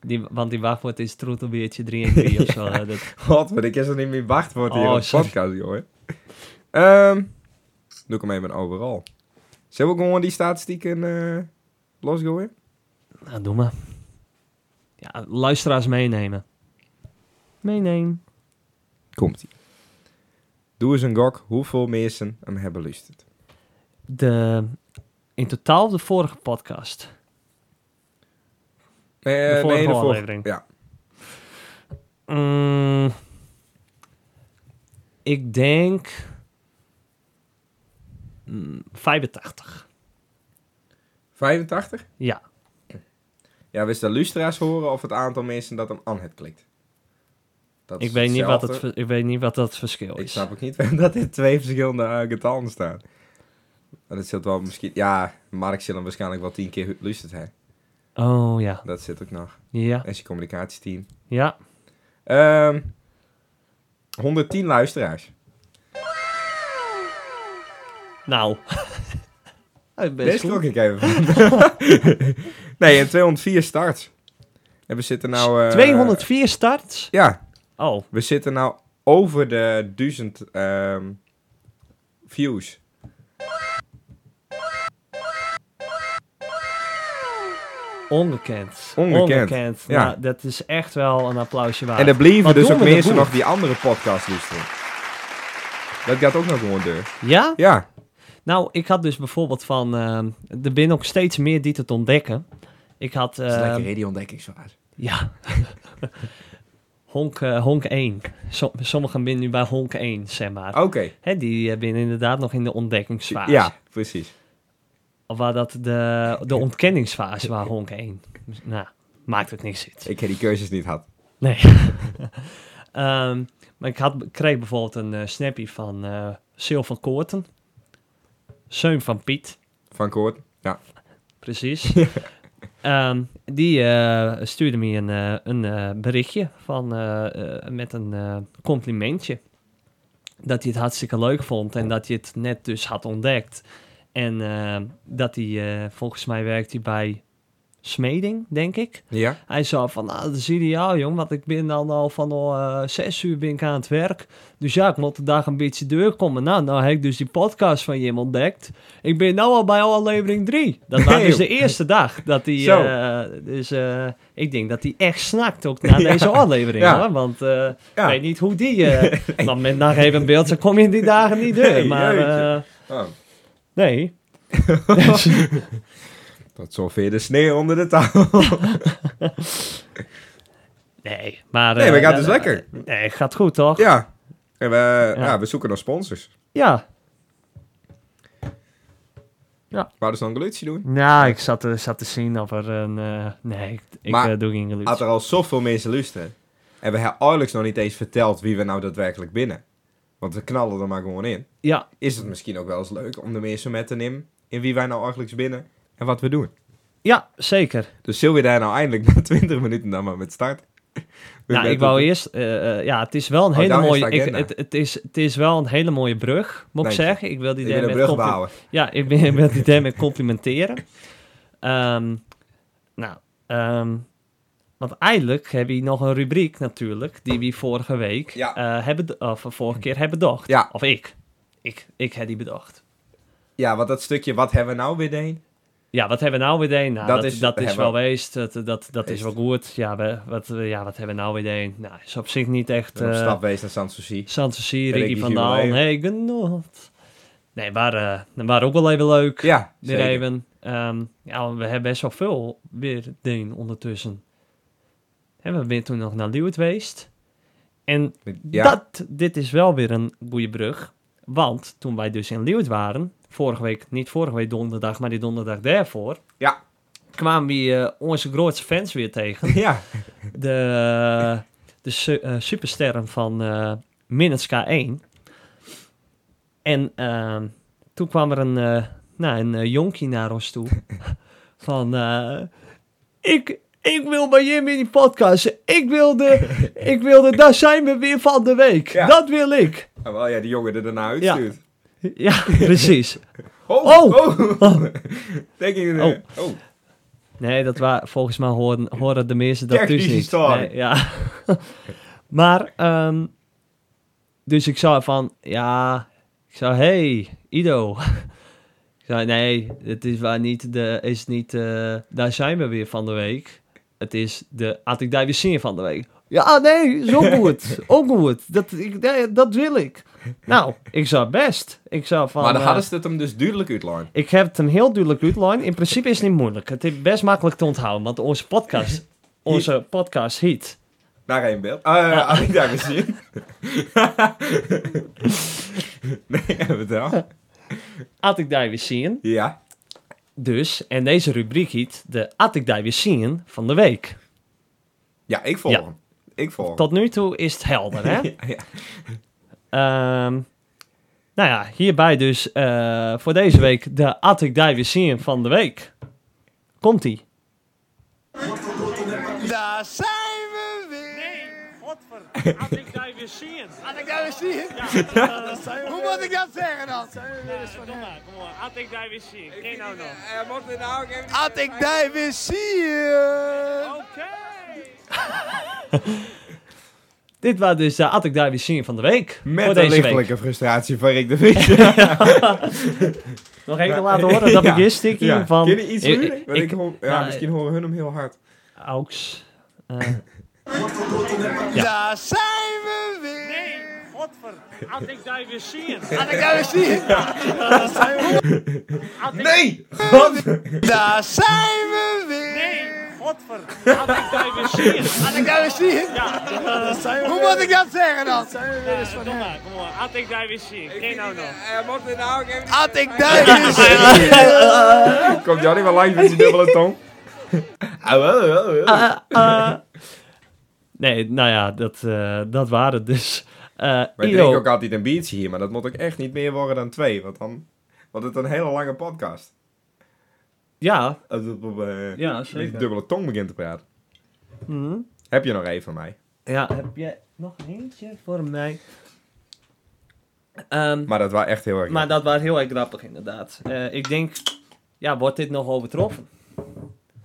Speaker 1: Die, want die wachtwoord is troetelbeertje 3 en 3 *laughs* of zo. hè. Dat,
Speaker 2: God, maar ik is er niet meer wacht voor hier
Speaker 1: Oh,
Speaker 2: op de
Speaker 1: sorry.
Speaker 2: podcast, jongen. Ehm, doe ik hem even overal. Zullen we gewoon die statistieken eh losgooien?
Speaker 1: nou, doe maar. Ja, luisteraars meenemen. Meeneem.
Speaker 2: Komt ie. Doe eens een gok hoeveel mensen hem hebben luisterd.
Speaker 1: De, in totaal de vorige podcast.
Speaker 2: Nee, eh,
Speaker 1: De vorige
Speaker 2: nee,
Speaker 1: aflevering.
Speaker 2: Ja,
Speaker 1: Mm, ik denk... mm, 85.
Speaker 2: 85?
Speaker 1: Ja.
Speaker 2: Ja, wist de luisteraars horen of het aantal mensen dat hem aan het klikt? Dat
Speaker 1: Ik
Speaker 2: is
Speaker 1: weet, niet wat het,
Speaker 2: hetzelfde.
Speaker 1: ver- ik weet niet wat dat verschil
Speaker 2: Ik
Speaker 1: is.
Speaker 2: snap ook niet *laughs* waarom dat in twee verschillende eh, getallen staan. Maar dat zult wel misschien... Ja, Mark zit hem waarschijnlijk wel tien keer luisterd, hè?
Speaker 1: Oh ja.
Speaker 2: Dat zit ook nog.
Speaker 1: Ja.
Speaker 2: En zijn communicatieteam.
Speaker 1: Ja.
Speaker 2: Ehm 110 luisteraars.
Speaker 1: Nou. Best
Speaker 2: Deze schrok ik even van. *laughs* nee, en 204 starts. En we zitten nou... eh,
Speaker 1: 204 starts?
Speaker 2: Ja,
Speaker 1: Oh,
Speaker 2: we zitten nou over de 1000 ehm, views.
Speaker 1: ongekend.
Speaker 2: Ongekend, ja.
Speaker 1: Nou, dat is echt wel een applausje waard.
Speaker 2: En er blijven
Speaker 1: Wat
Speaker 2: dus
Speaker 1: Ah. doen
Speaker 2: ook
Speaker 1: we de
Speaker 2: mensen
Speaker 1: boer?
Speaker 2: nog die andere podcast luisteren. Dat gaat ook nog gewoon deur.
Speaker 1: Ja?
Speaker 2: Ja,
Speaker 1: Nou, ik had dus bijvoorbeeld van... ehm er zijn ook steeds meer die het ontdekken. Ik had...
Speaker 2: dat is
Speaker 1: ehm,
Speaker 2: lekker radio-ontdekking zo uit.
Speaker 1: ja. *laughs* honk, eh, honk 1. Som- sommigen binnen nu bij honk 1, zeg maar.
Speaker 2: Oké,
Speaker 1: Hè, die eh, binnen inderdaad nog in de ontdekkingsfase.
Speaker 2: Oh. ja, precies.
Speaker 1: Of waar dat de, de ontkenningsfase waar honk 1. Nou, maakt ook niks uit.
Speaker 2: Ik heb die keuzes niet gehad.
Speaker 1: Nee. Ehm, maar ik had, kreeg bijvoorbeeld een eh, snappy van eh Sil van Koorten. Seun van Piet,
Speaker 2: Van Koort. Ja.
Speaker 1: precies. Ehm, die eh, stuurde me een, eh, een eh, berichtje van, eh, eh, met een eh, complimentje. Dat hij het hartstikke leuk vond en dat hij het net dus had ontdekt. En eh, dat hij, eh, volgens mij werkt hij bij Smeding, denk ik.
Speaker 2: Ja?
Speaker 1: Hij zei van, nou, dat is ideaal, jong. Want ik ben dan al van eh zes uur ben ik aan het werk. Dus ja, ik moet de dag een beetje doorkomen. Nou, nou heb ik dus die podcast van Jim ontdekt. Ik ben nu al bij aflevering drie. Dat was
Speaker 2: Nee,
Speaker 1: dus de
Speaker 2: joh.
Speaker 1: eerste dag dat hij...
Speaker 2: Zo.
Speaker 1: eh, dus eh, ik denk dat hij echt snakt ook naar
Speaker 2: *laughs* Ja.
Speaker 1: deze aflevering,
Speaker 2: Ja.
Speaker 1: hoor. Want eh, ik
Speaker 2: Ja.
Speaker 1: weet niet hoe die...
Speaker 2: *laughs*
Speaker 1: eh, Want met nog even een beeld, dan kom je in die dagen niet door.
Speaker 2: Nee,
Speaker 1: Maar
Speaker 2: jeetje.
Speaker 1: eh,
Speaker 2: Oh,
Speaker 1: nee, *laughs*
Speaker 2: *laughs* tot zover de sneeuw onder de tafel.
Speaker 1: nee. Maar,
Speaker 2: *laughs* Nee,
Speaker 1: eh,
Speaker 2: maar gaat dus
Speaker 1: eh,
Speaker 2: lekker.
Speaker 1: Nee, gaat goed, toch?
Speaker 2: Ja. En we,
Speaker 1: Ja.
Speaker 2: ja. we zoeken nog sponsors.
Speaker 1: ja.
Speaker 2: Wouden ze dan een geluidje doen?
Speaker 1: Nou, ik zat, te- zat te zien of er een... eh, nee, ik, ik
Speaker 2: Maar-
Speaker 1: eh, doe geen geluid.
Speaker 2: Had er al zoveel mensen luisteren. En we hebben oorlijks nog niet eens verteld wie we nou daadwerkelijk binnen. Want we knallen er maar gewoon in.
Speaker 1: Ja,
Speaker 2: Is het misschien ook wel eens leuk om de mensen met te nemen in wie wij nou oorlijks binnen en wat we doen.
Speaker 1: ja, zeker.
Speaker 2: Dus zullen we daar nou eindelijk na *laughs* 20 minuten dan maar met start?
Speaker 1: *laughs* nou, ik wou eerst... eh, eh, ja, het is wel een
Speaker 2: Oh,
Speaker 1: hele
Speaker 2: daar is
Speaker 1: mooie...
Speaker 2: de
Speaker 1: ik-
Speaker 2: agenda.
Speaker 1: het, het, is, het is wel een hele mooie brug, moet ik
Speaker 2: Dank je.
Speaker 1: zeggen. Ik wil die
Speaker 2: Ik
Speaker 1: daar
Speaker 2: ben een
Speaker 1: met
Speaker 2: brug
Speaker 1: compli-
Speaker 2: bouwen.
Speaker 1: Ja, ik ben ik ben die daar met complimenteren. *laughs* Ehm, nou, ehm, want eigenlijk heb je nog een rubriek natuurlijk... die we vorige week
Speaker 2: Ja.
Speaker 1: eh, hebben... d- of vorige keer hebben bedacht.
Speaker 2: Ja.
Speaker 1: Of ik. Ik, ik heb die bedacht.
Speaker 2: Ja, want dat stukje wat hebben we nou weer deen?
Speaker 1: Ja, wat hebben we nou weer deen? Nou, dat,
Speaker 2: Dat
Speaker 1: dat is,
Speaker 2: is- hebben
Speaker 1: wel
Speaker 2: we-
Speaker 1: geweest. Dat, dat, dat is
Speaker 2: Geweest.
Speaker 1: wel goed. Ja, we, wat, eh, ja, wat hebben we nou weer deen? Nou, is op zich niet echt...
Speaker 2: Op
Speaker 1: eh
Speaker 2: stap wees naar San Susi.
Speaker 1: Sanssouci,
Speaker 2: Ben ik
Speaker 1: Ricky
Speaker 2: die
Speaker 1: van Dal,
Speaker 2: jubileum?
Speaker 1: hey, genot. Nee, maar, eh dat waren ook wel even leuk.
Speaker 2: Ja,
Speaker 1: weer
Speaker 2: zeker.
Speaker 1: even. Ehm, ja, want we hebben best wel veel weer deen ondertussen. En we zijn toen nog naar Leeuwarden geweest. En
Speaker 2: Ja,
Speaker 1: dat, dit is wel weer een goede brug. Want toen wij dus in Leeuwarden waren, vorige week, niet vorige week donderdag, maar die donderdag daarvoor.
Speaker 2: Ja.
Speaker 1: Kwamen we eh, onze grootste fans weer tegen.
Speaker 2: *laughs* ja.
Speaker 1: De, de su- eh, supersterren van eh Minutes K1. En ehm, toen kwam er een, eh, nou, een eh, jonkie naar ons toe. van, eh, ik, ik wil bij Jim in die podcast. Ik wilde, ik wilde, daar zijn we weer van de week.
Speaker 2: Ja.
Speaker 1: Dat wil ik.
Speaker 2: Ah, wel, ja, die jongen er
Speaker 1: Ja.
Speaker 2: daarna uitstuurt.
Speaker 1: Ja, precies.
Speaker 2: Oh!
Speaker 1: Oh!
Speaker 2: *laughs* Denk ik... eh, oh.
Speaker 1: Nee, dat waar, volgens mij horen, horen de meesten dat
Speaker 2: Kijk,
Speaker 1: dus
Speaker 2: die
Speaker 1: niet.
Speaker 2: story.
Speaker 1: Nee, ja. *laughs* maar, ehm, dus ik zou van, ja, ik zou, hey, Ido. *laughs* Ik zei, nee, het is waar niet, de, is niet, eh, daar zijn we weer van de week. Het is de, had ik daar weer zin in van de week. Ja, nee,
Speaker 2: *laughs*
Speaker 1: zo goed, ook goed. Dat, ik, nee, dat wil ik. Nou, ik zou best. Ik zou van.
Speaker 2: maar dan
Speaker 1: eh,
Speaker 2: hadden ze het hem dus duidelijk uitlaan.
Speaker 1: ik heb het hem heel duidelijk uitgelegd. In principe is het niet moeilijk. Het is best makkelijk te onthouden, want onze
Speaker 2: *laughs*
Speaker 1: podcast, onze podcast heet.
Speaker 2: Daar geen beeld. Ah, eh, had ik daar gezien. *laughs* nee, ja, vertel.
Speaker 1: Had ik daar weer zien.
Speaker 2: Ja.
Speaker 1: Dus, en deze rubriek heet de Had ik daar weer zien van de week.
Speaker 2: Ja, ik volg
Speaker 1: Ja.
Speaker 2: hem. Ik volg hem.
Speaker 1: Tot nu toe is het helder, hè?
Speaker 2: *laughs* Ja, ja.
Speaker 1: Ehm, nou ja, hierbij dus eh, voor deze week de Had ik daar weer zien van de week. Komt-ie.
Speaker 3: Daar zijn we weer!
Speaker 1: Godver, had ik daar weer zien.
Speaker 3: Had ik dat weer zien? Hoe moet ik dat zeggen dan?
Speaker 1: Had ik daar weer zien. Geen nou nog.
Speaker 3: Had ik dat weer zien?
Speaker 1: Dit was dus de Had ik daar weer zien van de week. voor
Speaker 2: Met een
Speaker 1: Oh, deze week.
Speaker 2: lichtelijke frustratie van Rick de
Speaker 1: *laughs*
Speaker 2: Vries.
Speaker 1: Nog even laten
Speaker 2: *laughs*
Speaker 1: horen dat ik
Speaker 2: Ja.
Speaker 1: eerst stikje
Speaker 2: Ja.
Speaker 1: van...
Speaker 2: Kun je iets
Speaker 1: Ik-
Speaker 2: doen?
Speaker 1: ik-
Speaker 2: Want ik hoor- ja,
Speaker 1: nou,
Speaker 2: misschien horen hun hem heel hard.
Speaker 1: Aux. Eh,
Speaker 3: Daar zijn we weer!
Speaker 4: Had ik daar weer zien.
Speaker 3: Had ik dat weer zien?
Speaker 2: Nee!
Speaker 3: Daar zijn we weer!
Speaker 4: Godver. Had ik daar weer zien.
Speaker 3: Had ik dat weer zien? Hoe moet ik dat zeggen dan?
Speaker 4: Kom maar, kom maar. Had ik daar weer zien. Geen nou nog.
Speaker 3: Had ik dat weer zien?
Speaker 2: *laughs* Komt Johnny wel langs met die dubbele
Speaker 1: *laughs*
Speaker 2: tong? Ah, wel, wel, wel.
Speaker 1: nee, nou ja, dat, eh, dat waren dus. Eh
Speaker 2: Wij
Speaker 1: Ido,
Speaker 2: drinken ook altijd een biertje hier, maar dat moet ook echt niet meer worden dan twee. Want dan wordt het een hele lange podcast.
Speaker 1: Ja,
Speaker 2: Als het op, eh,
Speaker 5: Ja,
Speaker 2: die
Speaker 5: zeker.
Speaker 2: dubbele tong begint te praten.
Speaker 1: mhm.
Speaker 2: Heb je nog één van mij?
Speaker 1: ja heb jij nog eentje voor mij? Ehm,
Speaker 2: Maar dat was echt heel erg.
Speaker 1: maar dat was heel erg grappig inderdaad. Eh, ik denk, ja, wordt dit nog overtroffen?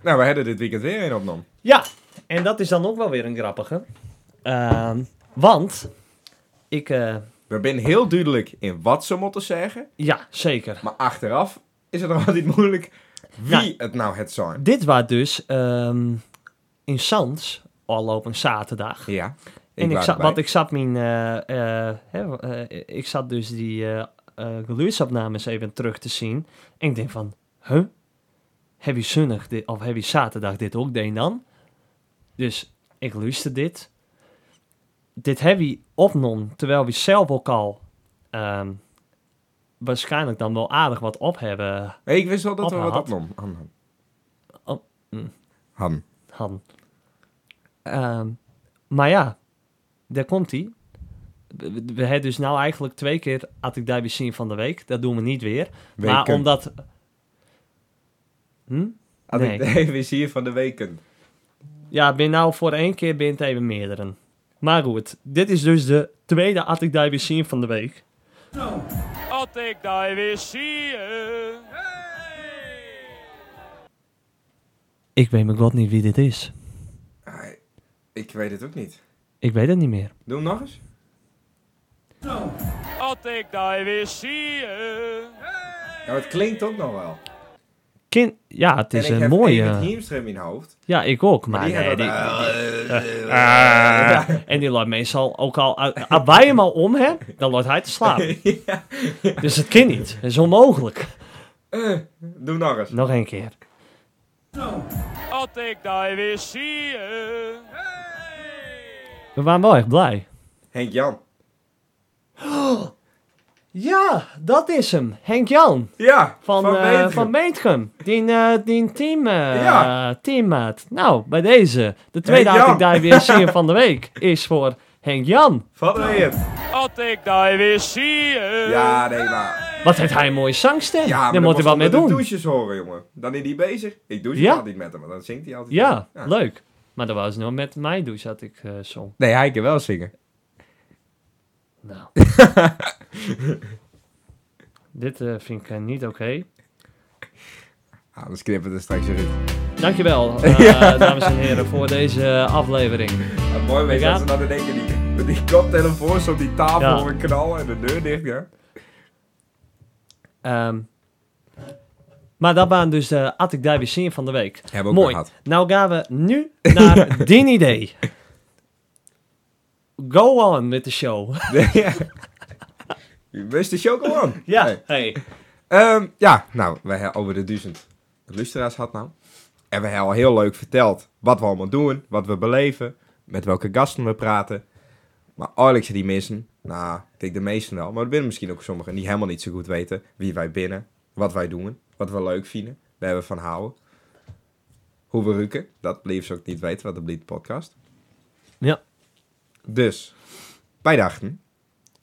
Speaker 2: Nou, we hadden dit weekend weer één opgenomen.
Speaker 1: Ja, en dat is dan ook wel weer een grappige. Ehm, want, ik, eh,
Speaker 2: We zijn heel duidelijk in wat ze moeten zeggen.
Speaker 1: ja, zeker.
Speaker 2: Maar achteraf is het nog *laughs* altijd moeilijk wie
Speaker 1: Nou.
Speaker 2: het nou het zijn.
Speaker 1: Dit was dus ehm, in Sands afgelopen zaterdag.
Speaker 2: Ja.
Speaker 1: en ik
Speaker 2: wou
Speaker 1: zat,
Speaker 2: erbij.
Speaker 1: want ik zat mijn, eh, eh, hè, eh, ik zat dus die eh eh, geluidsopnames even terug te zien. En ik denk van, huh? Heb je zondag dit, of heb je zaterdag dit ook deed dan? Dus ik luister dit. Dit heb je opgenomen, terwijl we zelf ook al ehm, waarschijnlijk dan wel aardig wat op hebben
Speaker 2: Nee, ik wist wel dat we wat
Speaker 1: Opgehaald.
Speaker 2: opnomen. Han, Han.
Speaker 1: Oh, mm.
Speaker 2: Han.
Speaker 1: hadden. Ehm, maar ja, daar komt hij. We, we- we hebben dus nou eigenlijk twee keer had ik daar weer zien van de week. Dat doen we niet weer. Maar
Speaker 2: Weken.
Speaker 1: omdat. Hm?
Speaker 2: Had
Speaker 1: Nee.
Speaker 2: ik *laughs* de hier van de weken.
Speaker 1: Ja, ben nou voor één keer bent even meerderen. Maar goed, dit is dus de tweede had ik daar weer zien van de week.
Speaker 4: Had ik daar weer zie.
Speaker 1: Ik weet mijn god niet wie dit is.
Speaker 2: Ik weet het ook niet.
Speaker 1: Ik weet het niet meer.
Speaker 2: Doe hem nog eens.
Speaker 4: Had ik daar weer zie.
Speaker 2: Ja, het klinkt ook nog wel.
Speaker 1: Kin ja, het is
Speaker 2: en ik
Speaker 1: een
Speaker 2: heb
Speaker 1: mooie. eh,
Speaker 2: Evert Hiemstra in mijn hoofd.
Speaker 1: Ja, ik ook. Maar,
Speaker 2: die
Speaker 1: nee,
Speaker 2: hebben
Speaker 1: die-
Speaker 2: dat-
Speaker 1: Ja, en die laat meestal ook al... Als wij hem al om hebben, dan laat hij te slapen. *laughs* Dus dat kan niet. Dat is onmogelijk.
Speaker 2: *laughs* Doe nog eens.
Speaker 1: Nog één keer.
Speaker 4: Had ik daar weer zie.
Speaker 1: We waren wel echt blij.
Speaker 2: Henk Jan.
Speaker 1: Ja, dat is hem. Henk-Jan
Speaker 2: Ja,
Speaker 1: van, van,
Speaker 2: Beethoven.
Speaker 1: van Meentrum. Die, eh, die team, eh,
Speaker 2: Ja.
Speaker 1: teammaat. Nou, bij deze. De tweede had ik
Speaker 2: Henk-Jan.
Speaker 1: daar weer zien van de week is voor Henk-Jan.
Speaker 2: Van Beethoven.
Speaker 4: Had ik daar weer zie.
Speaker 2: Ja, nee, maar...
Speaker 1: Wat heeft hij een mooie zangstem.
Speaker 2: Ja,
Speaker 1: daar moet hij wel mee doen.
Speaker 2: de douches horen, jongen. Dan is hij bezig. Ik douche
Speaker 1: Ja.
Speaker 2: altijd met hem, want dan zingt hij altijd.
Speaker 1: Ja, leuk. Maar dat was nog met mij douche had ik eh zong.
Speaker 2: Nee, hij kan wel zingen. *laughs*
Speaker 1: Nou. Dit eh, vind ik eh, niet oké.
Speaker 2: Ah, dan knippen we er straks weer in.
Speaker 1: Dankjewel,
Speaker 2: *laughs*
Speaker 1: eh, dames en heren, voor deze aflevering.
Speaker 2: En mooi weet
Speaker 1: Ja.
Speaker 2: dat ze dan in één keer die, met die koptelefoons op die tafel
Speaker 1: Ja.
Speaker 2: horen knallen en de deur dicht, ja.
Speaker 1: Ehm, maar dat waren dus de Had ik daar weer zin van de week.
Speaker 2: Hebben we ook
Speaker 1: Mooi.
Speaker 2: gehad.
Speaker 1: Nou gaan we nu
Speaker 2: *laughs*
Speaker 1: naar Din idee. Go on met de show. *laughs*
Speaker 2: Mr. Chocolan.
Speaker 1: ja,
Speaker 2: Hey.
Speaker 1: hey.
Speaker 2: Ehm, ja, nou, we hebben over de duizend luisteraars had nou. En we hebben al heel leuk verteld wat we allemaal doen, wat we beleven, met welke gasten we praten. Maar eigenlijk zijn die mensen, nou, ik denk de meesten wel, maar er zijn misschien ook sommigen die helemaal niet zo goed weten wie wij binnen, wat wij doen, wat we leuk vinden, waar we van houden. Hoe we rukken, dat bleef ze ook niet weten, want dat bleef de podcast.
Speaker 1: Ja.
Speaker 2: Dus, wij dachten,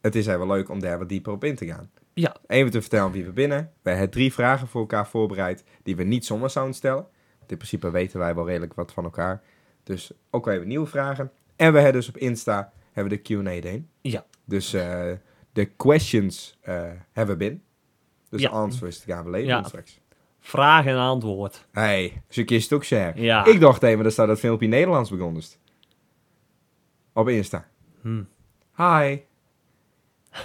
Speaker 2: het is even leuk om daar wat dieper op in te gaan.
Speaker 1: Ja,
Speaker 2: Even te vertellen wie we binnen. Wij hebben drie vragen voor elkaar voorbereid die we niet zomaar zouden stellen. Want in principe weten wij wel redelijk wat van elkaar. Dus ook wel even nieuwe vragen. En we hebben dus op Insta hebben we de Q&A deen.
Speaker 1: Ja.
Speaker 2: Dus eh, de questions eh, hebben we binnen. Dus
Speaker 1: Ja.
Speaker 2: de answers gaan we leveren
Speaker 1: Ja.
Speaker 2: straks.
Speaker 1: vraag en antwoord.
Speaker 2: hey, ze kist ook zeggen.
Speaker 1: Ja.
Speaker 2: Ik dacht even dat staat dat filmpje Nederlands begonnen is. Op Insta.
Speaker 1: Hmm.
Speaker 2: Hi.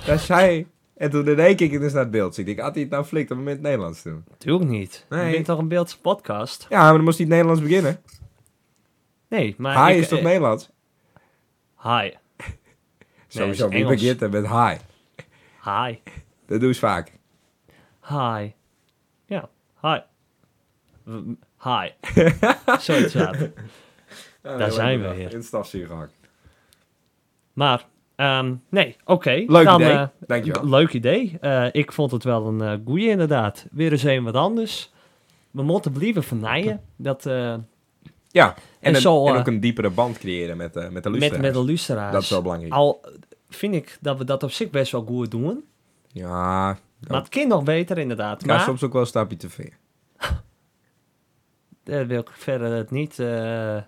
Speaker 2: Dat is hij. En toen in één keer keek ik dus naar het beeld. Dus ik denk, had hij het nou flikt om het in het Nederlands te doen?
Speaker 1: Natuurlijk niet.
Speaker 2: Nee.
Speaker 1: Ik ben toch een beeldse podcast?
Speaker 2: Ja, maar dan moest hij het Nederlands beginnen.
Speaker 1: Nee, maar...
Speaker 2: Hi
Speaker 1: ik-
Speaker 2: is toch
Speaker 1: eh,
Speaker 2: Nederlands?
Speaker 1: Hi.
Speaker 2: Sowieso,
Speaker 1: is
Speaker 2: wie
Speaker 1: Engels.
Speaker 2: begint er met hi?
Speaker 1: Hi.
Speaker 2: Dat doen ze vaak.
Speaker 1: Hi. Ja, hi. W-
Speaker 2: *laughs*
Speaker 1: Hi. Zoiets laat. Daar zijn we weer.
Speaker 2: In het stafzuur gehakt.
Speaker 1: Maar, ehm, nee, oké.
Speaker 2: Leuk
Speaker 1: dan,
Speaker 2: idee.
Speaker 1: eh,
Speaker 2: Dankjewel.
Speaker 1: leuk idee. Eh, ik vond het wel een eh goeie inderdaad. Weer eens een wat anders. We moeten blijven vernijden. Dat, eh,
Speaker 2: Ja, en,
Speaker 1: En
Speaker 2: een-
Speaker 1: zo,
Speaker 2: en
Speaker 1: eh,
Speaker 2: ook een diepere band creëren met, eh, met de
Speaker 1: met,
Speaker 2: luisteraars.
Speaker 1: met de luisteraars.
Speaker 2: Dat is wel belangrijk.
Speaker 1: Al eh, vind ik dat we dat op zich best wel goed doen.
Speaker 2: Ja,
Speaker 1: Maar het kan nog beter inderdaad.
Speaker 2: het gaat
Speaker 1: Maar
Speaker 2: soms ook wel een stapje te ver.
Speaker 1: Daar wil ik verder het niet... eh daar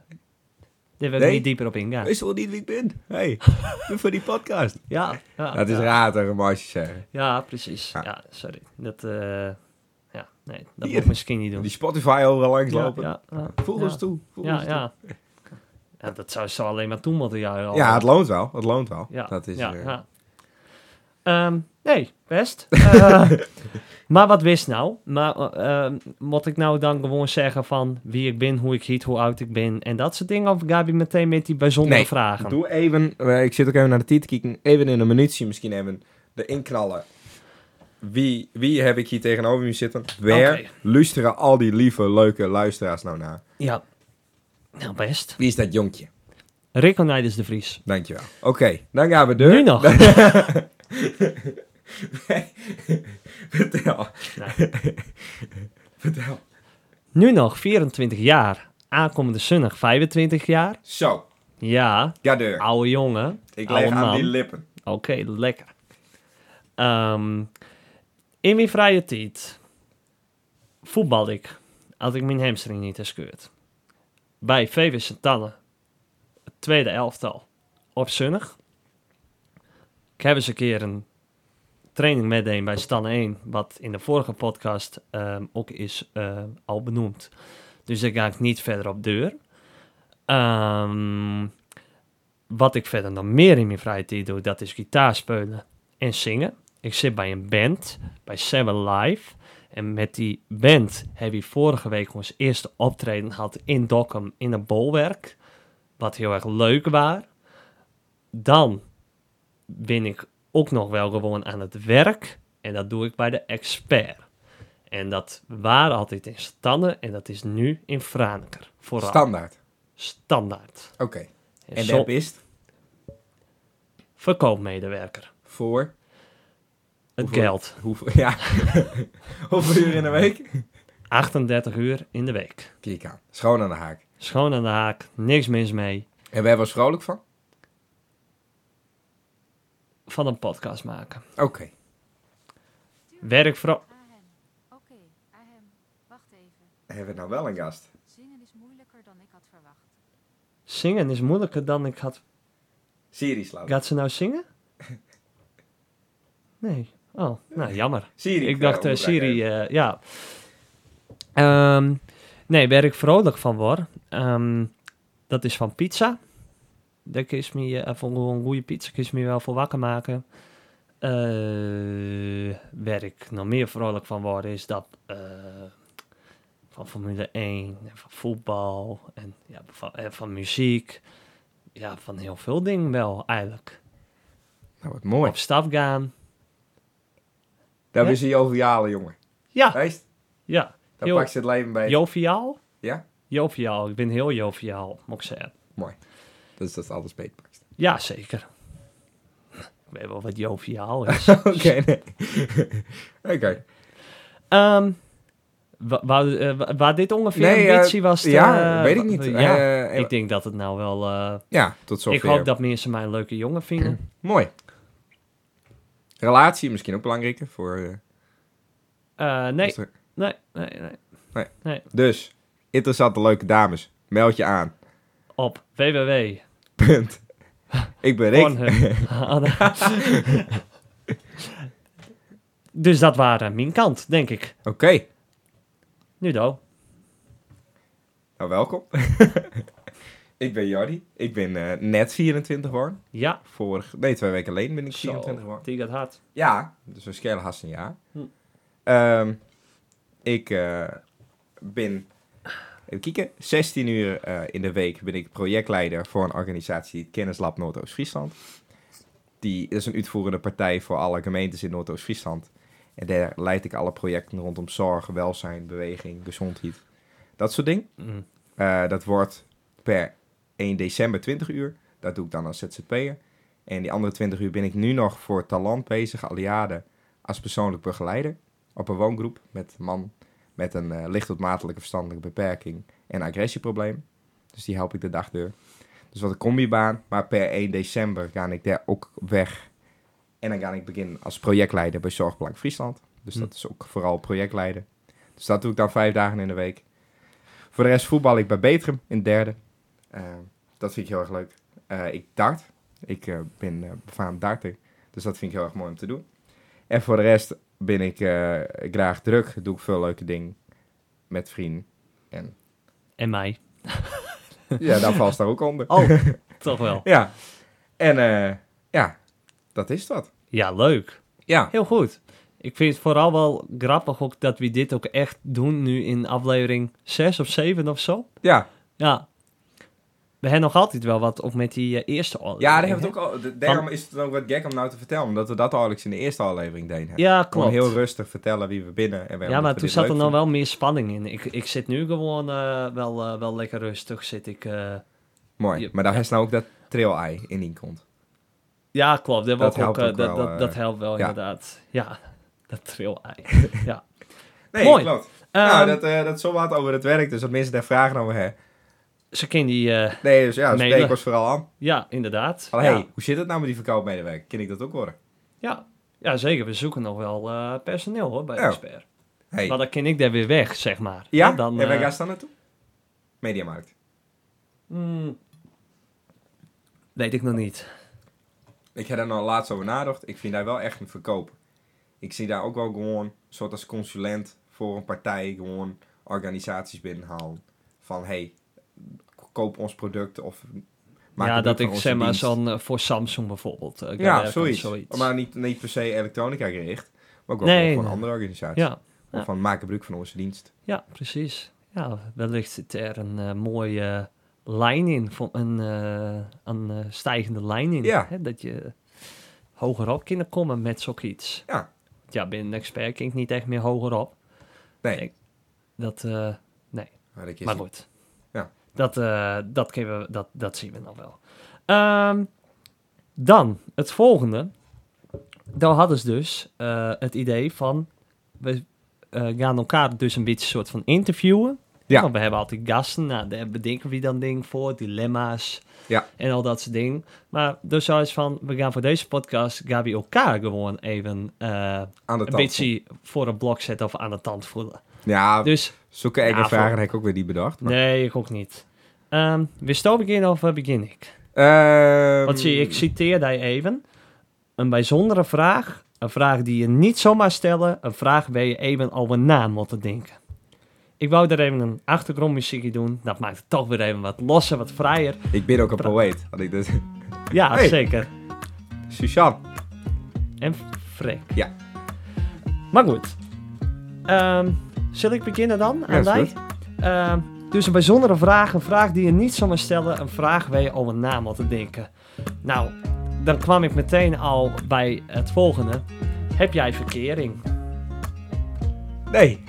Speaker 1: wil ik
Speaker 2: Nee?
Speaker 1: niet dieper op ingaan.
Speaker 2: Wist je wel niet wie ik ben?
Speaker 1: *laughs*
Speaker 2: Hey, doe voor die podcast.
Speaker 1: Ja, ja,
Speaker 2: Dat Nou, is
Speaker 1: ja.
Speaker 2: raar tegen meisjes zeggen.
Speaker 1: Ja, precies.
Speaker 2: Ja.
Speaker 1: Ja, sorry. Dat, eh, ja, nee, dat
Speaker 2: Hier.
Speaker 1: moet ik misschien niet doen.
Speaker 2: Die Spotify overal langs
Speaker 1: Ja,
Speaker 2: lopen.
Speaker 1: ja, ja,
Speaker 2: Voeg
Speaker 1: ja.
Speaker 2: ons toe. voeg
Speaker 1: Ja,
Speaker 2: ons toe.
Speaker 1: ja. ja, dat zou ze alleen maar toen moeten juichen.
Speaker 2: Ja, het loont wel. Het loont wel. dat is,
Speaker 1: ja,
Speaker 2: eh,
Speaker 1: ja. Ehm, nee, best. *laughs* Eh, maar wat wist nou? Maar, eh, ehm, moet ik nou dan gewoon zeggen van wie ik ben, hoe ik hiet, hoe oud ik ben en dat soort dingen? Of ga je meteen met die bijzondere
Speaker 2: Nee,
Speaker 1: vragen?
Speaker 2: Doe even, eh, ik zit ook even naar de titel kijken, even in een minuutje misschien even erin knallen. Wie, wie heb ik hier tegenover me zitten? Waar
Speaker 1: Oké.
Speaker 2: luisteren al die lieve, leuke luisteraars nou naar?
Speaker 1: Ja. Nou, best.
Speaker 2: Wie is dat jonkje?
Speaker 1: Rico Nijders de Vries.
Speaker 2: Dankjewel. Oké, dan gaan we door.
Speaker 1: Nu nog.
Speaker 2: *laughs* Vertel.
Speaker 1: Nee.
Speaker 2: *laughs* Vertel.
Speaker 1: Nu nog 24 jaar. Aankomende zondag 25 jaar.
Speaker 2: Zo,
Speaker 1: Ja,
Speaker 2: ga door.
Speaker 1: oude jongen.
Speaker 2: Ik
Speaker 1: oude
Speaker 2: leg aan
Speaker 1: man.
Speaker 2: die lippen.
Speaker 1: Oké, lekker. Ehm, in mijn vrije tijd voetbal ik, had ik mijn hamstring niet gescheurd. Bij VV Santanne, het tweede elftal, op zonnig. Ik heb eens een keer een training meteen bij Stanne 1, wat in de vorige podcast ehm, ook is eh, al benoemd. Dus daar ga ik niet verder op deur. Ehm wat ik verder nog meer in mijn vrije tijd doe, dat is gitaar spelen en zingen. Ik zit bij een band, bij Seven Live. En met die band hebben we vorige week ons eerste optreden gehad in Dokkum in een bolwerk. Wat heel erg leuk was. Dan ben ik ook nog wel gewoon aan het werk. En dat doe ik bij de expert. En dat waren altijd in Stannen en dat is nu in Franeker. Vooral
Speaker 2: Standaard.
Speaker 1: standaard.
Speaker 2: Oké. En
Speaker 1: zo-
Speaker 2: dat is het
Speaker 1: verkoopmedewerker.
Speaker 2: voor...
Speaker 1: Het
Speaker 2: Hoeveel-
Speaker 1: geld.
Speaker 2: Hoeveel, *laughs* ja. hoeveel uur in de week?
Speaker 1: 38 uur in de week.
Speaker 2: Kijk aan. Schoon aan de haak.
Speaker 1: Schoon aan de haak, niks mis mee.
Speaker 2: En wij was vrolijk van?
Speaker 1: Van een podcast maken.
Speaker 2: Oké.
Speaker 1: Werk vooral.
Speaker 5: Ahem. Oké, Ahem. Wacht even.
Speaker 2: Hebben we nou wel een gast?
Speaker 5: Zingen is moeilijker dan ik had verwacht.
Speaker 1: Zingen is moeilijker dan ik had.
Speaker 2: Siri slaat.
Speaker 1: Gaat ze nou zingen?
Speaker 2: *laughs*
Speaker 1: Nee. Oh, nou jammer.
Speaker 2: Siri.
Speaker 1: Ik dacht,
Speaker 2: eh,
Speaker 1: eh,
Speaker 2: moet
Speaker 1: Siri,
Speaker 2: ik
Speaker 1: eh, ja. Ehm, nee, waar ik vrolijk van word, ehm, dat is van pizza. Daar kun je me, eh, van gewoon goede pizza, kun je me wel voor wakker maken. Eh, waar ik nog meer vrolijk van word, is dat eh, van Formule 1, en van voetbal, en, ja, van, en van muziek. Ja, van heel veel dingen wel, eigenlijk.
Speaker 2: Nou, wat mooi.
Speaker 1: Op stap gaan.
Speaker 2: Dat
Speaker 1: Ja? Ah,
Speaker 2: is een joviale jongen.
Speaker 1: Ja,
Speaker 2: Wees,
Speaker 1: ja.
Speaker 2: daar
Speaker 1: Heel-
Speaker 2: pak ze het leven bij.
Speaker 1: Joviaal?
Speaker 2: Ja?
Speaker 1: Joviaal. Ik ben heel joviaal, moet ik zeggen.
Speaker 2: dus dat is alles beetpakt.
Speaker 1: *laughs* Ja, zeker. Ik weet wel wat joviaal is.
Speaker 2: *laughs* Oké, nee. Oké.
Speaker 1: Ehm, wa- waar, eh, wa- waar dit ongeveer
Speaker 2: Nee, eh,
Speaker 1: een beetje was...
Speaker 2: ja,
Speaker 1: eh,
Speaker 2: weet ik
Speaker 1: wa-
Speaker 2: niet.
Speaker 1: ja,
Speaker 2: Eh,
Speaker 1: ik denk dat het nou wel... eh,
Speaker 2: ja, tot zover.
Speaker 1: ik hoop dat mensen mij een leuke jongen
Speaker 2: *clears throat*
Speaker 1: vinden.
Speaker 2: Mooi. Relatie misschien ook belangrijker voor... eh,
Speaker 1: Eh, nee,
Speaker 2: als er-
Speaker 1: nee, nee, nee.
Speaker 2: Dus, interessante leuke dames. Meld je aan. *laughs*
Speaker 1: Op www.
Speaker 2: Punt. Ik
Speaker 1: eh.
Speaker 2: ben Rick. *laughs*
Speaker 1: Pornhub. dus dat waren mijn kant, denk ik.
Speaker 2: Oké.
Speaker 1: Nu dan.
Speaker 2: Nou, welkom. *laughs* ik ben Jordi. Ik ben eh, net 24 geworden.
Speaker 1: Ja.
Speaker 2: Vorig, nee, twee weken alleen ben ik 24
Speaker 1: Zo,
Speaker 2: geworden.
Speaker 1: die gaat hard.
Speaker 2: Ja, dus een schele haast een jaar.
Speaker 1: Hm.
Speaker 2: Ehm, ik eh, ben, even kijken, 16 uur eh, in de week ben ik projectleider voor een organisatie, het Kennislab Noordoost-Friesland. Die is een uitvoerende partij voor alle gemeentes in Noordoost-Friesland. En daar leid ik alle projecten rondom zorg, welzijn, beweging, gezondheid, dat soort dingen.
Speaker 1: Mm.
Speaker 2: Eh, dat wordt per 1 december 20 uur. Dat doe ik dan als ZZP'er. En die andere 20 uur ben ik nu nog voor Talant bezig, Aliade, als persoonlijk begeleider. Op een woongroep met een man met een eh, licht tot matelijke verstandelijke beperking en agressieprobleem. Dus die help ik de dag door. Dus wat een combibaan, maar per 1 december ga ik daar ook weg. En dan ga ik beginnen als projectleider bij Zorgplank Friesland. Dus
Speaker 1: Hm.
Speaker 2: dat is ook vooral projectleider. Dus dat doe ik dan vijf dagen in de week. Voor de rest voetbal ik bij Betrum in derde. Eh, dat vind ik heel erg leuk. Eh, ik dart. Ik eh, ben eh befaamd darter. Dus dat vind ik heel erg mooi om te doen. En voor de rest ben ik eh, graag druk. Doe ik veel leuke dingen
Speaker 1: *laughs*
Speaker 2: met vrienden.
Speaker 1: En mij.
Speaker 2: Ja, daar valt daar ook onder.
Speaker 1: Oh, *laughs* toch wel.
Speaker 2: Ja. En eh, ja, dat is dat.
Speaker 1: Ja, leuk.
Speaker 2: Ja.
Speaker 1: Heel goed. Ik vind het vooral wel grappig ook dat we dit ook echt doen nu in aflevering 6 of 7 of zo.
Speaker 2: Ja,
Speaker 1: Ja. We hebben nog altijd wel wat, ook met die eh, eerste aflevering,
Speaker 2: ja daar hebben we
Speaker 1: hè?
Speaker 2: het ook al. de- Daarom is het dan ook wat gek om nou te vertellen. Omdat we dat eigenlijk in de eerste aflevering deden. hè.
Speaker 1: Ja,
Speaker 2: Gewoon
Speaker 1: klopt.
Speaker 2: heel rustig vertellen wie we binnen en
Speaker 1: ja, maar toen zat er dan wel meer spanning in. Ik, ik zit nu gewoon eh, wel, eh, wel lekker rustig. Zit ik, eh,
Speaker 2: Mooi.
Speaker 1: Ja.
Speaker 2: Maar daar is nou ook dat trail-eye in die komt.
Speaker 1: Ja, klopt. Dat,
Speaker 2: Dat
Speaker 1: wordt ook,
Speaker 2: helpt
Speaker 1: eh, dat,
Speaker 2: ook wel,
Speaker 1: dat,
Speaker 2: eh,
Speaker 1: dat helpt wel,
Speaker 2: ja.
Speaker 1: inderdaad. Ja, *laughs* dat tril
Speaker 2: *laughs*
Speaker 1: ja.
Speaker 2: Nee,
Speaker 1: Mooi.
Speaker 2: klopt.
Speaker 1: Ehm,
Speaker 2: nou, dat, eh dat is zo wat over het werk. Dus dat mensen daar vragen over hebben.
Speaker 1: Ze kennen die... eh,
Speaker 2: Nee, dus ja, spreek
Speaker 1: Mailen.
Speaker 2: ons vooral aan.
Speaker 1: ja, inderdaad.
Speaker 2: Van,
Speaker 1: ja.
Speaker 2: hey, hoe zit het nou met die verkoopmedewerker? Ken ik dat ook horen?
Speaker 1: Ja. ja, zeker. We zoeken nog wel eh, personeel hoor, bij
Speaker 2: Ja.
Speaker 1: Expert.
Speaker 2: Hey.
Speaker 1: Maar dan ken ik daar weer weg, zeg maar.
Speaker 2: Oh. ja?
Speaker 1: En Dan,
Speaker 2: en waar
Speaker 1: eh,
Speaker 2: ga je dan naartoe? Mediamarkt.
Speaker 1: mm, weet ik nog niet.
Speaker 2: Ik heb daar nou laatst over nagedacht. Ik vind daar wel echt een verkoop. Ik zie daar ook wel gewoon, soort als consulent voor een partij, gewoon organisaties binnenhalen. Van, hey, koop ons product of maak
Speaker 1: ja,
Speaker 2: het
Speaker 1: dat
Speaker 2: ook van
Speaker 1: ik
Speaker 2: onze
Speaker 1: zeg maar
Speaker 2: dienst.
Speaker 1: zo'n... eh, voor Samsung bijvoorbeeld. eh, kan
Speaker 2: Ja,
Speaker 1: werken,
Speaker 2: zoiets.
Speaker 1: zoiets.
Speaker 2: Maar niet, niet per se elektronica gericht, maar ook wel
Speaker 1: Nee,
Speaker 2: gewoon voor een
Speaker 1: nee.
Speaker 2: andere organisatie.
Speaker 1: Ja,
Speaker 2: Of
Speaker 1: ja.
Speaker 2: van, maak gebruik van onze dienst.
Speaker 1: ja, precies. Ja, wellicht zit er een eh, mooie lijn in. van- Een, eh, een eh, stijgende lijn in.
Speaker 2: Ja.
Speaker 1: Hè, dat je hogerop kan komen met zoiets.
Speaker 2: Ja.
Speaker 1: Ja, binnen een expert kan ik niet echt meer hogerop.
Speaker 2: Nee,
Speaker 1: Nee. Dat... eh,
Speaker 2: maar dat is
Speaker 1: Maar goed.
Speaker 2: Ja.
Speaker 1: Dat, eh, dat, kunnen we, dat, dat zien we nog wel. Ehm, dan, het volgende. Dan hadden ze dus eh, het idee van... We eh, gaan elkaar dus een beetje soort van interviewen.
Speaker 2: Ja.
Speaker 1: Want we hebben altijd gasten. Nou, daar bedenken we dan dingen voor. Dilemma's.
Speaker 2: Ja.
Speaker 1: En al dat soort dingen. Maar dus zoals van... We gaan voor deze podcast... Gaan we elkaar gewoon even... eh,
Speaker 2: aan de
Speaker 1: een
Speaker 2: tand.
Speaker 1: beetje voor een blok zetten of aan de tand voelen.
Speaker 2: Ja,
Speaker 1: Dus
Speaker 2: zulke enge
Speaker 1: Ja,
Speaker 2: vragen
Speaker 1: voor-
Speaker 2: heb ik ook weer niet bedacht. Maar,
Speaker 1: Nee, ik ook niet. Ehm wist je al beginnen of eh, begin ik?
Speaker 2: Ehm,
Speaker 1: Want zie, ik citeer daar even. Een bijzondere vraag. Een vraag die je niet zomaar stellen. Een vraag waar je even over na moet denken. Ik wou daar even een achtergrondmuziekje doen. Dat maakt het toch weer even wat losser, wat vrijer.
Speaker 2: Ik ben ook een poëet. Had ik dus- *laughs* dit...
Speaker 1: Ja,
Speaker 2: Hey.
Speaker 1: zeker.
Speaker 2: Suzanne.
Speaker 1: En Freek.
Speaker 2: Ja.
Speaker 1: Maar goed. Ehm, zal ik beginnen dan aan
Speaker 2: is
Speaker 1: mij?
Speaker 2: goed.
Speaker 1: Ehm, dus een bijzondere vraag. Een vraag die je niet zomaar stellen. Een vraag waar je over na moet denken. Nou, dan kwam ik meteen al bij het volgende. Heb jij verkering?
Speaker 2: Nee.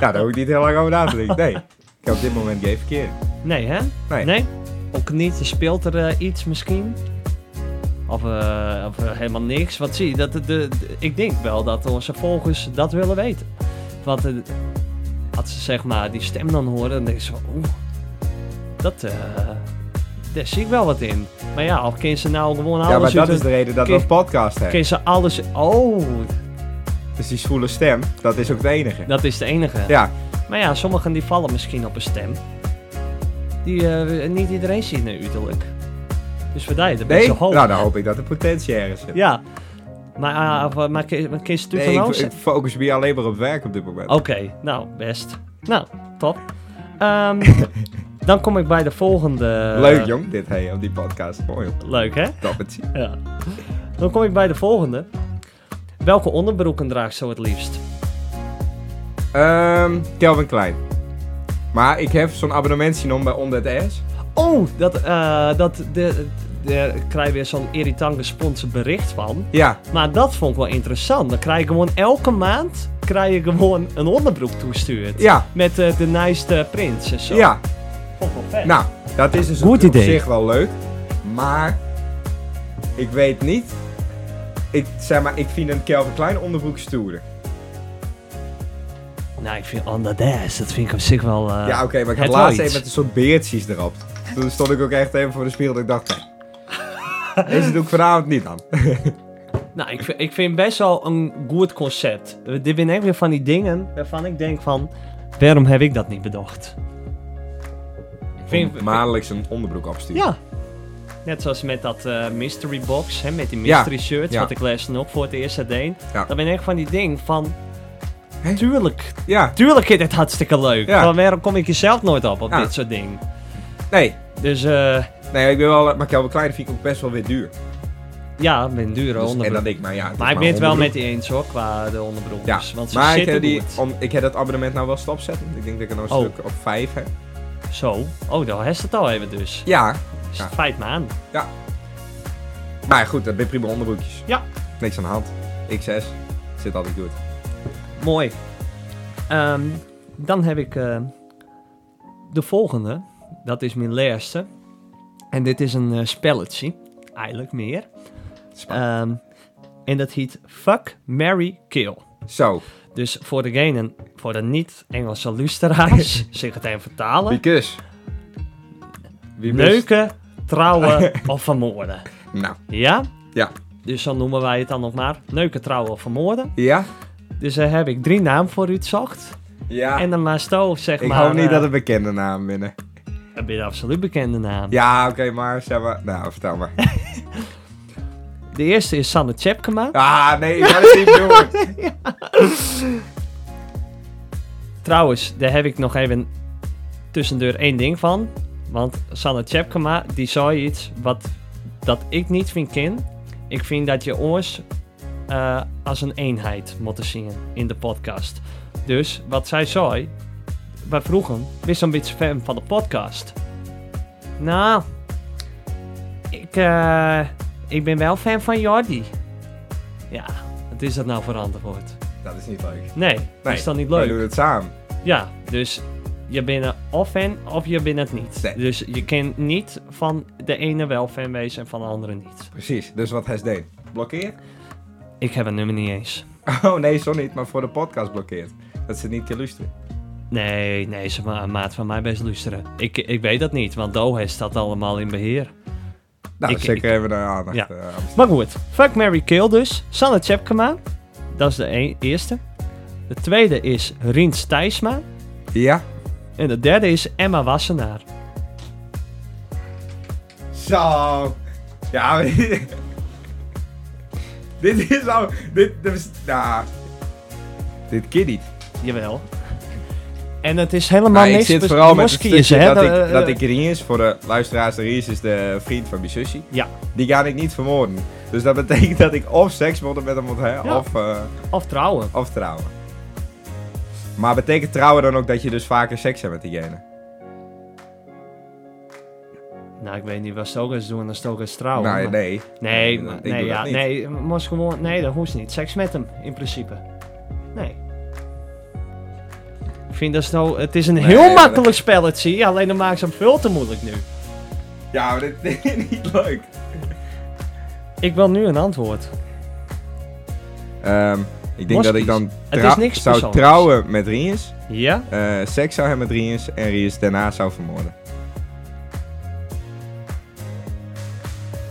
Speaker 2: ja, daar hoef ik niet heel lang over na te denken. Nee. Ik heb op dit moment geen verkeer.
Speaker 1: Nee, hè?
Speaker 2: Nee.
Speaker 1: Ook niet? Speelt er eh, iets misschien? Of, eh, of eh, helemaal niks? Wat zie je? Dat, de, de- de- ik denk wel dat onze volgers dat willen weten. Want eh, als ze zeg maar die stem dan horen, dan denken ze van... Oeh, dat... eh daar zie ik wel wat in. Maar ja, of kunnen ze nou gewoon alles...
Speaker 2: ja, maar
Speaker 1: uit
Speaker 2: dat
Speaker 1: hun-
Speaker 2: is de reden dat we
Speaker 1: Kun-
Speaker 2: een podcast hebben.
Speaker 1: kunnen ze alles... Oh,
Speaker 2: Dus die zwoele stem, dat is ook het enige.
Speaker 1: dat is de enige.
Speaker 2: Ja,
Speaker 1: Maar ja, sommigen die vallen misschien op een stem. Die eh, niet iedereen ziet naar uiterlijk. Dus vandaar je het een
Speaker 2: nee?
Speaker 1: beetje hoog.
Speaker 2: Nou, dan hoop ik dat er potentie ergens zit.
Speaker 1: Ja. Maar, eh, of, eh, maar kun je- maar kun je
Speaker 2: Nee,
Speaker 1: natuurlijk
Speaker 2: ik,
Speaker 1: van alles
Speaker 2: ik focus me alleen maar op werk op dit moment.
Speaker 1: Oké, nou, best. Nou, top. Ehm,
Speaker 2: *laughs*
Speaker 1: dan kom ik bij de volgende...
Speaker 2: Leuk jong, dit hey, op die podcast. Mooi op
Speaker 1: Leuk, hè?
Speaker 2: dat het zien.
Speaker 1: Ja. Dan kom ik bij de volgende. Welke onderbroeken draagt zo het liefst?
Speaker 2: Ehm, Kelvin Klein. Maar ik heb zo'n abonnement zien om bij Onder het S.
Speaker 1: Oh, dat, eh dat de, daar krijg je weer zo'n irritant gesponsord bericht van.
Speaker 2: Ja,
Speaker 1: Maar dat vond ik wel interessant. Dan krijg je gewoon elke maand krijg je gewoon een onderbroek toestuurd.
Speaker 2: ja,
Speaker 1: Met eh, de nice prints en zo.
Speaker 2: ja.
Speaker 1: Vond ik wel vet.
Speaker 2: Nou, dat is dus
Speaker 1: Goed
Speaker 2: op
Speaker 1: idee.
Speaker 2: zich wel leuk. Maar ik weet niet. Ik zeg maar, ik vind een Kelvin Klein onderbroek stoerder.
Speaker 1: Nou, ik vind On The Dash, dat vind ik op zich wel... eh,
Speaker 2: ja, oké, maar ik had
Speaker 1: het
Speaker 2: laatst
Speaker 1: wel
Speaker 2: even
Speaker 1: iets.
Speaker 2: met een soort beertjes erop. Toen stond ik ook echt even voor de spiegel dat ik dacht,
Speaker 1: *laughs*
Speaker 2: nee. Deze doe ik vanavond niet aan.
Speaker 1: Nou, ik, vind- ik vind best wel een goed concept. Eh, Dit ben ik weer van die dingen waarvan ik denk van... Waarom heb ik dat niet bedacht? Vind-
Speaker 2: *laughs* maandelijks een onderbroek afsturen.
Speaker 1: Ja. Net zoals met dat eh, mystery box, hè, met die
Speaker 2: Ja,
Speaker 1: mystery shirts,
Speaker 2: ja.
Speaker 1: wat ik les nog voor het eerst deed.
Speaker 2: Ja.
Speaker 1: Dan ben ik echt van die ding van,
Speaker 2: Hè?
Speaker 1: tuurlijk,
Speaker 2: Ja,
Speaker 1: tuurlijk is dit hartstikke leuk.
Speaker 2: Ja.
Speaker 1: Maar waarom kom ik jezelf nooit op, op
Speaker 2: Ja.
Speaker 1: dit soort dingen?
Speaker 2: nee.
Speaker 1: Dus eh,
Speaker 2: Nee, ik ben wel, maar Calvin Klein vind ik ook best wel weer duur.
Speaker 1: ja, met een dure
Speaker 2: Dus- en
Speaker 1: onderbroek.
Speaker 2: dat denk ik, maar ja. het
Speaker 1: maar
Speaker 2: is
Speaker 1: ik ben het wel
Speaker 2: onderbroek.
Speaker 1: met die eens hoor, qua de onderbroek.
Speaker 2: Ja,
Speaker 1: want ze
Speaker 2: maar ik
Speaker 1: zitten
Speaker 2: heb, die,
Speaker 1: goed.
Speaker 2: om, ik heb dat abonnement nou wel stopzetten. Ik denk dat ik er nou een
Speaker 1: Oh.
Speaker 2: stuk of vijf heb.
Speaker 1: Zo, oh, dan is het al even dus.
Speaker 2: Ja,
Speaker 1: Is
Speaker 2: Ja.
Speaker 1: het vijf maanden.
Speaker 2: maar goed, dat ben prima onderbroekjes.
Speaker 1: Ja.
Speaker 2: Niks aan de hand. XS. Zit altijd goed.
Speaker 1: Mooi. Ehm, dan heb ik eh, de volgende. Dat is mijn laatste. En dit is een eh, spelletje. Eigenlijk meer.
Speaker 2: Spannend.
Speaker 1: Ehm, en dat heet Fuck, Mary, Kill.
Speaker 2: Zo,
Speaker 1: Dus voor degenen, voor de niet-Engelse
Speaker 2: *laughs*
Speaker 1: luisteraars, zich het even vertalen.
Speaker 2: because. Wie best-
Speaker 1: Neuken,
Speaker 2: *laughs*
Speaker 1: trouwen of vermoorden.
Speaker 2: Nou,
Speaker 1: Ja?
Speaker 2: Ja.
Speaker 1: Dus zo noemen wij het dan nog maar. Neuken, trouwen of vermoorden.
Speaker 2: ja.
Speaker 1: Dus daar heb ik drie namen voor uitzocht.
Speaker 2: Ja.
Speaker 1: En dan maar zo, zeg
Speaker 2: ik
Speaker 1: maar...
Speaker 2: hou niet
Speaker 1: eh,
Speaker 2: dat het bekende naam binnen.
Speaker 1: Dat ben je absoluut bekende naam.
Speaker 2: Ja, oké, maar zeg maar. Nou, vertel maar.
Speaker 1: De eerste is Sanne Tjepkema.
Speaker 2: Ah, nee, dat is niet
Speaker 1: *laughs*
Speaker 2: doen.
Speaker 1: Trouwens, daar heb ik nog even tussendoor één ding van. Want Sanne Tjepkema, die zei iets wat dat ik niet vind ken. Ik vind dat je ons eh, als een eenheid moet zien in de podcast. Dus wat zij zei, wij vroegen, wist een beetje fan van de podcast? Nou, ik, eh, ik ben wel fan van Jordi. Ja, wat is dat nou voor antwoord?
Speaker 2: Dat is niet leuk.
Speaker 1: Nee, is dat niet leuk?
Speaker 2: We doen het samen.
Speaker 1: Ja, dus je bent er of fan of je bent het niet.
Speaker 2: Nee.
Speaker 1: Dus je kan niet van de ene wel fan wezen en van de andere niet.
Speaker 2: Precies, dus wat hij deed. Blokkeer?
Speaker 1: Ik heb het nummer niet eens.
Speaker 2: Oh nee, zo niet, maar voor de podcast blokkeert. Dat ze niet kan luisteren.
Speaker 1: Nee, nee, ze ma maat van mij best luisteren. Ik, ik weet dat niet, want Doha staat allemaal in beheer.
Speaker 2: Nou,
Speaker 1: Ik-
Speaker 2: ik, zeker
Speaker 1: ik-
Speaker 2: even de aandacht
Speaker 1: Ja.
Speaker 2: eh, aan besteden.
Speaker 1: Maar goed, Fuck, Mary Kill dus. Sanne Tjepkema, dat is de e- eerste. De tweede is Rins Thijsma.
Speaker 2: Ja?
Speaker 1: En de derde is Emma Wassenaar.
Speaker 2: Zo! Ja, *laughs* maar dit is al... Dit, dit is... nou, dit kan niet.
Speaker 1: Jawel. En het is helemaal
Speaker 2: Maar ik
Speaker 1: niks...
Speaker 2: zit
Speaker 1: bes-
Speaker 2: vooral met het
Speaker 1: Moskiers,
Speaker 2: stukje
Speaker 1: hè,
Speaker 2: dat,
Speaker 1: de-
Speaker 2: ik, dat
Speaker 1: eh,
Speaker 2: ik Ries, voor de luisteraars, Ries is dus de vriend van mijn zusje.
Speaker 1: Ja,
Speaker 2: Die ga ik niet vermoorden. Dus dat betekent *laughs* dat ik of seks moet met hem moet hebben,
Speaker 1: Ja.
Speaker 2: of, eh,
Speaker 1: of trouwen.
Speaker 2: of trouwen. Maar betekent trouwen dan ook dat je dus vaker seks hebt met diegene?
Speaker 1: Nou, ik weet niet wat Stogas doen als Stogas trouwen.
Speaker 2: nee,
Speaker 1: Oh, maar-
Speaker 2: Nou, nee.
Speaker 1: Nee,
Speaker 2: Ik
Speaker 1: maar-
Speaker 2: doe
Speaker 1: nee,
Speaker 2: dat
Speaker 1: ja,
Speaker 2: niet.
Speaker 1: nee, moest gewoon, nee, dat hoeft niet. Seks met hem, in principe. Nee. Ik vind dat nou, het is een
Speaker 2: Nee,
Speaker 1: heel
Speaker 2: maar-
Speaker 1: makkelijk spelletje, alleen dan maakt ze hem veel te moeilijk nu.
Speaker 2: Ja, maar dit, *laughs* dit is niet leuk.
Speaker 1: Ik wil nu een antwoord.
Speaker 2: Ehm, ik denk dat ik dan
Speaker 1: Het
Speaker 2: trou-
Speaker 1: is niks
Speaker 2: zou
Speaker 1: persoonlijks.
Speaker 2: trouwen met Riens,
Speaker 1: Ja?
Speaker 2: eh, seks zou hebben met Riens en Riens daarna zou vermoorden.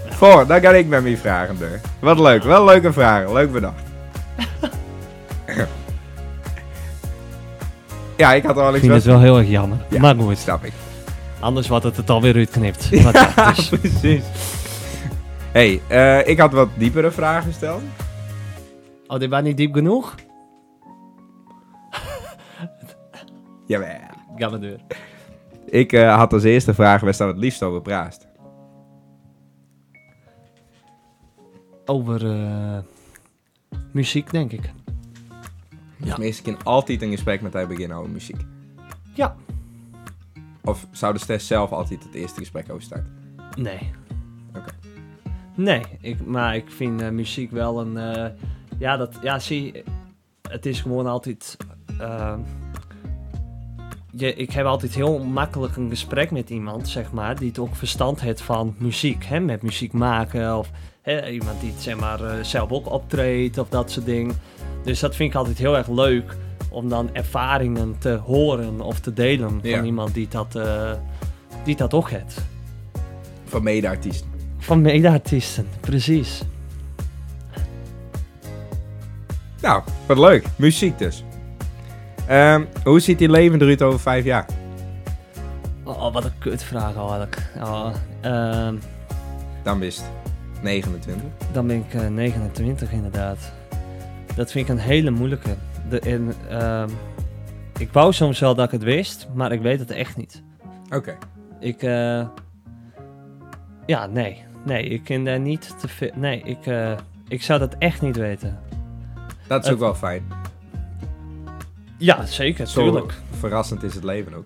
Speaker 2: Voor, dan ga ik met mijn vragen door. Wat leuk, wel leuke vragen, leuk bedacht.
Speaker 1: *laughs*
Speaker 2: ja, ik had er al
Speaker 1: Ik
Speaker 2: iets
Speaker 1: vind het
Speaker 2: best...
Speaker 1: wel heel erg jammer.
Speaker 2: Ja.
Speaker 1: Maar goed,
Speaker 2: Snap ik.
Speaker 1: anders wordt het het alweer uitknipt. Wat echt is.
Speaker 2: *laughs* Precies. hey, eh, ik had wat diepere vragen gesteld.
Speaker 1: *laughs* Oh, dit was niet diep genoeg?
Speaker 2: Jawel.
Speaker 1: Ga maar door.
Speaker 2: Ik eh, had als eerste vraag waar staan we het liefst over praat.
Speaker 1: Over eh, muziek, denk ik.
Speaker 2: Ja. Meestal kan altijd een gesprek met haar beginnen over muziek.
Speaker 1: Ja.
Speaker 2: Of zou de stress zelf altijd het eerste gesprek over starten?
Speaker 1: Nee.
Speaker 2: Oké.
Speaker 1: Nee, ik, maar ik vind eh, muziek wel een. eh, ja, dat, ja, zie, het is gewoon altijd. eh, je, ik heb altijd heel makkelijk een gesprek met iemand, zeg maar, die het ook verstand heeft van muziek. Hè? Met muziek maken of hè, iemand die het, zeg maar, eh, zelf ook optreedt of dat soort dingen. Dus dat vind ik altijd heel erg leuk om dan ervaringen te horen of te delen
Speaker 2: Ja.
Speaker 1: van iemand die dat, eh, die dat ook heeft.
Speaker 2: Van mede-artiesten.
Speaker 1: Van mede-artiesten, precies.
Speaker 2: Nou, wat leuk. Muziek dus. Ehm, hoe ziet die leven eruit over vijf jaar?
Speaker 1: Oh, Oh, wat een kutvraag eigenlijk. Oh, ehm,
Speaker 2: Dan wist het 29.
Speaker 1: dan ben ik eh, 29 inderdaad. Dat vind ik een hele moeilijke. De, en, ehm, ik wou soms wel dat ik het wist, maar ik weet het echt niet.
Speaker 2: Oké.
Speaker 1: Ik, eh, ja, nee. Nee, ik ken daar niet te veel. Nee, ik, eh, ik zou dat echt niet weten.
Speaker 2: Dat is
Speaker 1: Het-
Speaker 2: ook wel fijn.
Speaker 1: Ja, zeker,
Speaker 2: Zo
Speaker 1: tuurlijk.
Speaker 2: verrassend is het leven ook.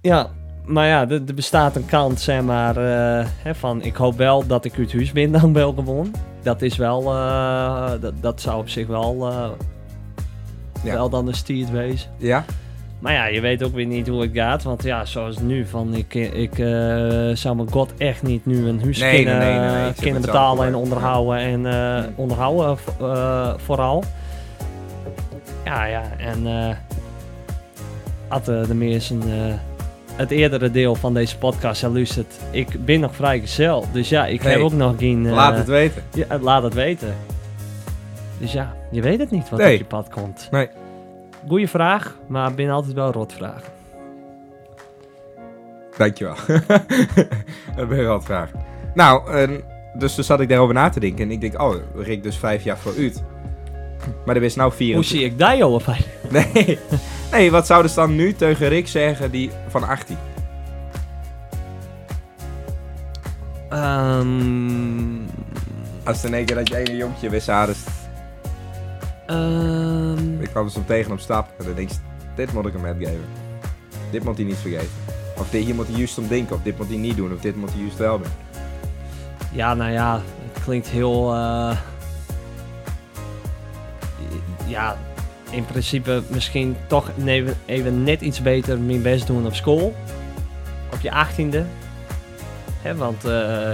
Speaker 1: Ja, maar ja, er er bestaat een kant, zeg maar, eh, hè, van ik hoop wel dat ik uit huis ben dan wel gewoon. Dat is wel, eh, dat, dat zou op zich wel, eh,
Speaker 2: Ja.
Speaker 1: wel dan een stiert wezen.
Speaker 2: Ja?
Speaker 1: Maar ja, je weet ook weer niet hoe het gaat, want ja, zoals nu, van ik, ik eh, zou mijn god echt niet nu een huis
Speaker 2: Nee, nee,
Speaker 1: kunnen,
Speaker 2: nee, nee, nee, ik
Speaker 1: eh,
Speaker 2: zit met
Speaker 1: kunnen
Speaker 2: hetzelfde
Speaker 1: betalen en
Speaker 2: probleem.
Speaker 1: onderhouden en eh,
Speaker 2: Nee.
Speaker 1: onderhouden v- eh, vooral. Ja, ja, en eh had eh, de mensen eh, het eerdere deel van deze podcast al luisterd, ik ben nog vrijgezel, dus ja, ik
Speaker 2: Hey,
Speaker 1: heb ook nog geen... eh,
Speaker 2: Laat het weten.
Speaker 1: ja, laat het weten. Dus ja, je weet het niet wat
Speaker 2: Nee.
Speaker 1: op je pad komt.
Speaker 2: Nee.
Speaker 1: Goeie vraag, maar ben altijd wel rotvraag.
Speaker 2: Dankjewel. *laughs* dat ben je wel graag. Nou, en dus toen zat ik daarover na te denken. En ik denk, oh, Rick dus vijf jaar voor uit. Maar er is nou
Speaker 1: Hoe
Speaker 2: 24.
Speaker 1: zie ik daar joh bij?
Speaker 2: *laughs* Nee. nee, wat zouden ze dan nu tegen Rick zeggen die van 18?
Speaker 1: Ehm,
Speaker 2: Als ze in één keer dat jij een jonkje wist hadden.
Speaker 1: ehm,
Speaker 2: Ik kwam ze hem tegen op stap. En dan denk je, dit moet ik hem metgeven. Dit moet hij niet vergeten. Of dit, hier moet hij juist om denken. Of dit moet hij niet doen. Of dit moet hij juist wel doen.
Speaker 1: ja, nou ja, het klinkt heel... eh, ja, in principe misschien toch even, even net iets beter mijn best doen op school. Op je achttiende. Hè, want eh,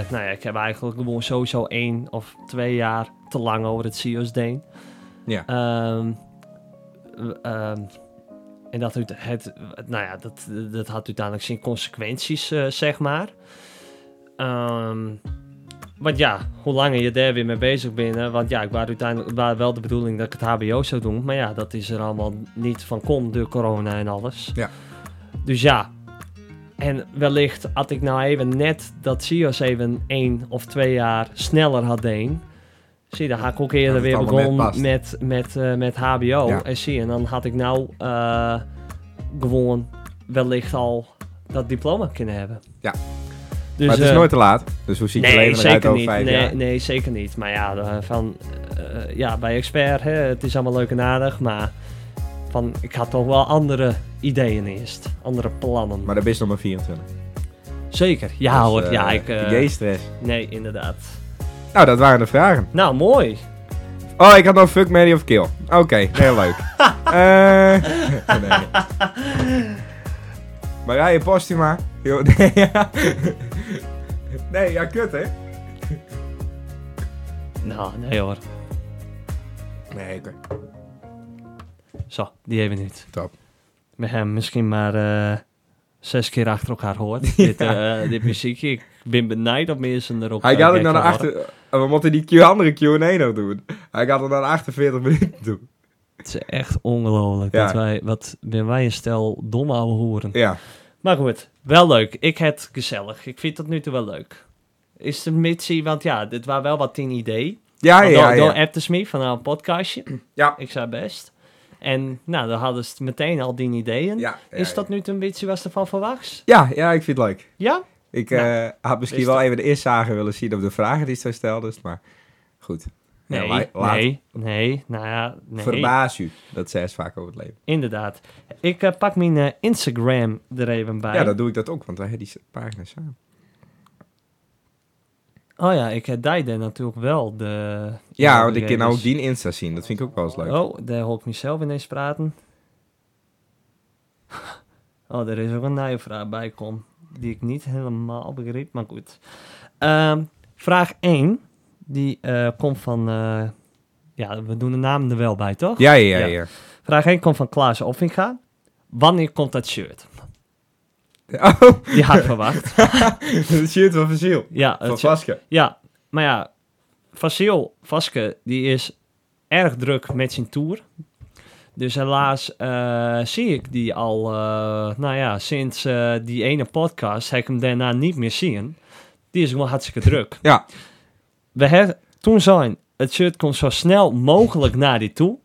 Speaker 1: nou ja, ik heb eigenlijk gewoon sowieso één of twee jaar te lang over het CIO's deen.
Speaker 2: Ja.
Speaker 1: Ehm, w- ehm, en dat, het, het, nou ja, dat, dat had uiteindelijk zijn consequenties, eh, zeg maar. Ehm, want ja, hoe langer je daar weer mee bezig bent. hè, want ja, ik was uiteindelijk was wel de bedoeling dat ik het HBO zou doen. Maar ja, dat is er allemaal niet van kom door corona en alles.
Speaker 2: Ja.
Speaker 1: Dus ja. En wellicht had ik nou even net dat CIO's even één of twee jaar sneller had deen. Zie, dan had ik ook eerder
Speaker 2: Dat het
Speaker 1: weer
Speaker 2: allemaal net
Speaker 1: begonnen
Speaker 2: past.
Speaker 1: met, met, eh, met HBO.
Speaker 2: Ja.
Speaker 1: En zie, en dan had ik nou eh, gewoon wellicht al dat diploma kunnen hebben.
Speaker 2: Ja.
Speaker 1: Dus,
Speaker 2: maar het is
Speaker 1: eh,
Speaker 2: nooit te laat. Dus hoe ziet je leven eruit
Speaker 1: zeker
Speaker 2: over
Speaker 1: niet.
Speaker 2: vijf
Speaker 1: nee,
Speaker 2: jaar?
Speaker 1: Nee, zeker niet. Maar ja, de- van, eh, ja bij expert, hè, het is allemaal leuk en aardig, maar van, ik had toch wel andere ideeën eerst. Andere plannen.
Speaker 2: Maar dan ben je nog maar 24.
Speaker 1: zeker. Ja
Speaker 2: Dus,
Speaker 1: hoor,
Speaker 2: eh,
Speaker 1: ja. Ik, eh,
Speaker 2: Geen stress.
Speaker 1: nee, inderdaad.
Speaker 2: Nou, dat waren de vragen.
Speaker 1: Nou, mooi.
Speaker 2: Oh, ik had nog Fuck, Mary of Kill. Oké, heel
Speaker 1: *laughs*
Speaker 2: leuk. Eh *laughs* nee. Marije Postuma. Jo, *laughs* nee, ja. nee, ja, kut hè?
Speaker 1: Nou, nee hoor.
Speaker 2: Nee, oké.
Speaker 1: Zo, die even niet.
Speaker 2: Top.
Speaker 1: We hebben misschien maar eh, zes keer achter elkaar gehoord.
Speaker 2: *laughs*
Speaker 1: Dit, eh, dit muziekje. Ik ben benijd of mensen erop
Speaker 2: Hij
Speaker 1: eh,
Speaker 2: gaat ook
Speaker 1: gek
Speaker 2: naar de
Speaker 1: van
Speaker 2: achter... Oh, We moeten die Q andere Q&A nog doen. Hij gaat het naar de 48 minuten doen.
Speaker 1: Het is echt ongelooflijk.
Speaker 2: Ja.
Speaker 1: Dat wij, wat ben wij een stel domme ouwe hoeren.
Speaker 2: Ja.
Speaker 1: Maar goed, wel leuk. Ik het gezellig. Ik vind tot nu toe wel leuk. Is de mitsie, want ja, dit was wel wat tien idee.
Speaker 2: Ja,
Speaker 1: Want
Speaker 2: Ah, ja,
Speaker 1: dan- Dan
Speaker 2: ja.
Speaker 1: appte ze me van nou, een podcastje.
Speaker 2: *clears throat* Ja.
Speaker 1: Ik zei best. En nou, dan hadden ze het meteen al die ideeën.
Speaker 2: Ja, ja,
Speaker 1: is dat nu een beetje was ervan verwacht?
Speaker 2: Ja, ja, ik vind het leuk.
Speaker 1: Ja?
Speaker 2: Ik
Speaker 1: Nou,
Speaker 2: eh, had misschien
Speaker 1: is
Speaker 2: wel
Speaker 1: dat-
Speaker 2: even de inzage willen zien op de vragen die ze stelde, maar goed. Ja,
Speaker 1: Nee,
Speaker 2: la- laat.
Speaker 1: nee, nee, nou ja, nee.
Speaker 2: Verbaas u, dat zei ze vaak over het leven.
Speaker 1: Inderdaad. Ik eh, pak mijn eh, Instagram er even bij.
Speaker 2: Ja, dan doe ik dat ook, want wij hebben die s- pagina samen.
Speaker 1: Oh ja, ik heb daar natuurlijk wel de...
Speaker 2: Ja, want ik kan nou ook
Speaker 1: gegevens.
Speaker 2: die Insta zien, dat vind ik ook wel eens leuk.
Speaker 1: dus- Oh, daar hoor ik mezelf ineens praten. *laughs* Oh, er is ook een nieuwe vraag bij kom. Die ik niet helemaal begreep, maar goed. Ehm, vraag 1. Die eh, komt van... eh, ja, we doen de naam er wel bij, toch?
Speaker 2: Ja, ja, ja.
Speaker 1: Ja.
Speaker 2: ja.
Speaker 1: Vraag 1 komt van Klaas Offinga. Wanneer komt dat shirt?
Speaker 2: *laughs* Oh,
Speaker 1: Die had ik verwacht.
Speaker 2: dat shirt van Vaziel.
Speaker 1: Ja,
Speaker 2: Van
Speaker 1: het-
Speaker 2: Vaske.
Speaker 1: ja, maar ja. Vasil Vaske, die is erg druk met zijn tour. Dus helaas eh, zie ik die al, eh, nou ja, sinds eh, die ene podcast heb ik hem daarna niet meer zien. Die is wel hartstikke druk.
Speaker 2: Ja.
Speaker 1: We hebben toen zijn, het shirt komt zo snel mogelijk naar die toe.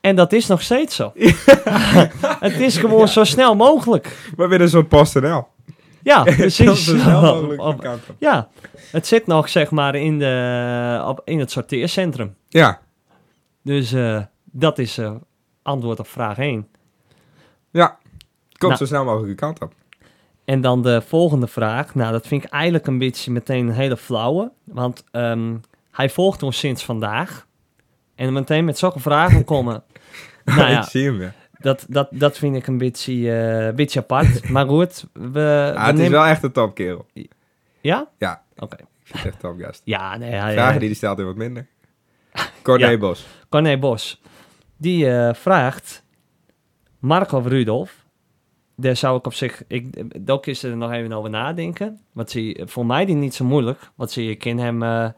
Speaker 1: En dat is nog steeds
Speaker 2: *laughs*
Speaker 1: zo. het is gewoon zo snel mogelijk.
Speaker 2: We willen zo'n PostNL.
Speaker 1: *laughs* Ja,
Speaker 2: *laughs* Zo
Speaker 1: precies.
Speaker 2: snel mogelijk
Speaker 1: Op-
Speaker 2: de kant op.
Speaker 1: ja, het zit nog zeg maar in, de, op, in het sorteercentrum.
Speaker 2: Ja,
Speaker 1: Dus eh, dat is eh, antwoord op vraag 1.
Speaker 2: komt
Speaker 1: Nou.
Speaker 2: zo snel mogelijk de kant op. *laughs*
Speaker 1: En dan de volgende vraag. Nou, dat vind ik eigenlijk een beetje meteen een hele flauwe. Want ehm, hij volgt ons sinds vandaag. En meteen met zulke
Speaker 2: *laughs*
Speaker 1: vragen komen. nou
Speaker 2: Ik
Speaker 1: ja,
Speaker 2: zie hem weer.
Speaker 1: dat, dat, dat vind ik een beetje, eh, een beetje apart. Maar goed, we, we
Speaker 2: Ah, het is
Speaker 1: nemen-
Speaker 2: wel echt een topkerel.
Speaker 1: Ja?
Speaker 2: Ja.
Speaker 1: Oké.
Speaker 2: Ik vind het echt een topgast.
Speaker 1: Ah, Ja, nee, hij,
Speaker 2: Vragen
Speaker 1: hij-
Speaker 2: die hij stelt weer wat minder. Corné
Speaker 1: Ja.
Speaker 2: Bos.
Speaker 1: Corné Bos, die eh, vraagt Marco of Rudolf. Daar zou ik op zich, ik, daar is er nog even over nadenken. Want zie, voor mij die niet zo moeilijk. Want zie, ik ken hem eh,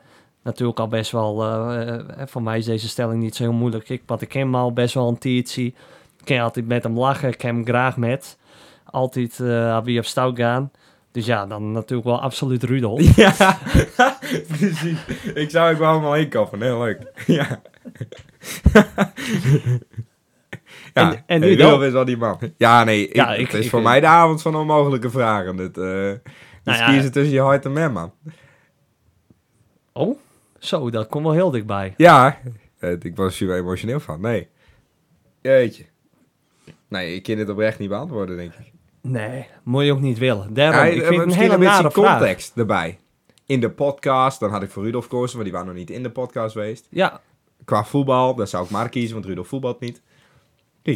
Speaker 1: natuurlijk al best wel. eh, eh, voor mij is deze stelling niet zo heel moeilijk. Ik, want ik ken hem al best wel een tietje. Ik kan altijd met hem lachen. Ik ken hem graag met. Altijd eh wie op stout gaan. Dus ja, dan natuurlijk wel absoluut Rudolf.
Speaker 2: Ja, *laughs* precies. Ik zou ik wel allemaal heen kopen. Heel leuk. *laughs* Ja. ja.
Speaker 1: En- en nu
Speaker 2: Hey,
Speaker 1: dan?
Speaker 2: Rudolf is wel die man. Ja, nee. Ik,
Speaker 1: Ja, ik-
Speaker 2: het is
Speaker 1: ik-
Speaker 2: voor
Speaker 1: ik-
Speaker 2: mij de avond van onmogelijke vragen. Dit, eh dus
Speaker 1: ja.
Speaker 2: kiezen tussen je hart en man, man.
Speaker 1: Oh, zo, dat komt wel heel dichtbij.
Speaker 2: Ja. eh, ik was hier wel emotioneel van. Nee. Jeetje. Nee, ik kan dit oprecht niet beantwoorden, denk ik.
Speaker 1: Nee, moet je ook niet willen. Daarom,
Speaker 2: Ja,
Speaker 1: ik vind het een
Speaker 2: eh, misschien
Speaker 1: hele nare vraag.
Speaker 2: context erbij. In de podcast, dan had ik voor Rudolf gekozen, maar die waren nog niet in de podcast geweest.
Speaker 1: Ja,
Speaker 2: qua voetbal, dan zou ik maar kiezen, want Rudolf voetbalt niet.
Speaker 1: ja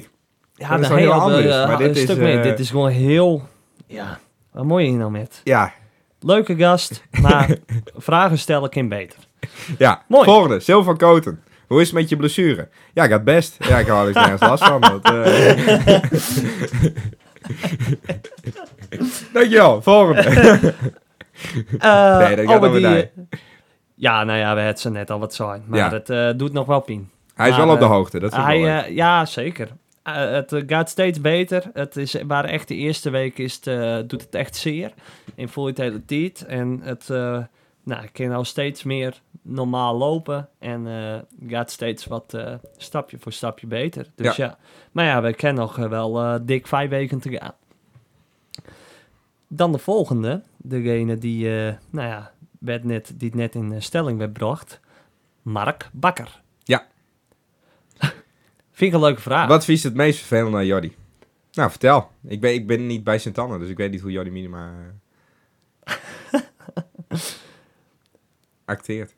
Speaker 2: Dat is
Speaker 1: de
Speaker 2: wel heel
Speaker 1: hele
Speaker 2: anders,
Speaker 1: eh,
Speaker 2: maar dit
Speaker 1: een
Speaker 2: is,
Speaker 1: stuk meer.
Speaker 2: eh,
Speaker 1: Dit is gewoon heel... Ja, wat moet je hier nou met?
Speaker 2: Ja,
Speaker 1: Leuke gast,
Speaker 2: *laughs*
Speaker 1: maar vragen stellen kan beter.
Speaker 2: ja.
Speaker 1: Mooi.
Speaker 2: Volgende, Silver Koten. Hoe is het met je blessure? Ja, gaat best. Ja, ik hou er nergens last van. Dat,
Speaker 1: *laughs*
Speaker 2: eh. Dankjewel, volgende.
Speaker 1: Eh,
Speaker 2: Nee, dat gaat
Speaker 1: over
Speaker 2: wel weer
Speaker 1: die, eh, Ja, nou ja, we hadden ze net al wat zijn. Maar
Speaker 2: Ja.
Speaker 1: het eh, doet nog wel pijn.
Speaker 2: Hij is
Speaker 1: Maar,
Speaker 2: wel op de
Speaker 1: eh,
Speaker 2: hoogte, dat vind ik
Speaker 1: Hij,
Speaker 2: wel leuk.
Speaker 1: eh, ja, zeker. Eh, het eh, gaat steeds beter. Het is, waar echt de eerste week is, het, eh, doet het echt zeer. En voel je het hele tijd. En het eh, nou, ik kan nou steeds meer normaal lopen. En eh, gaat steeds wat eh, stapje voor stapje beter. Dus ja. Maar ja, we kennen nog eh, wel eh, dik vijf weken te gaan. Dan de volgende. Degene die, eh, nou ja, werd net, die het net in eh, stelling werd gebracht. Mark Bakker.
Speaker 2: Ja.
Speaker 1: *laughs* Vind ik een leuke vraag.
Speaker 2: Wat vies het meest vervelend aan Jordi? Nou, vertel. Ik ben, ik ben niet bij sint Anne, dus ik weet niet hoe Jordi Minima
Speaker 1: *laughs*
Speaker 2: eh, acteert.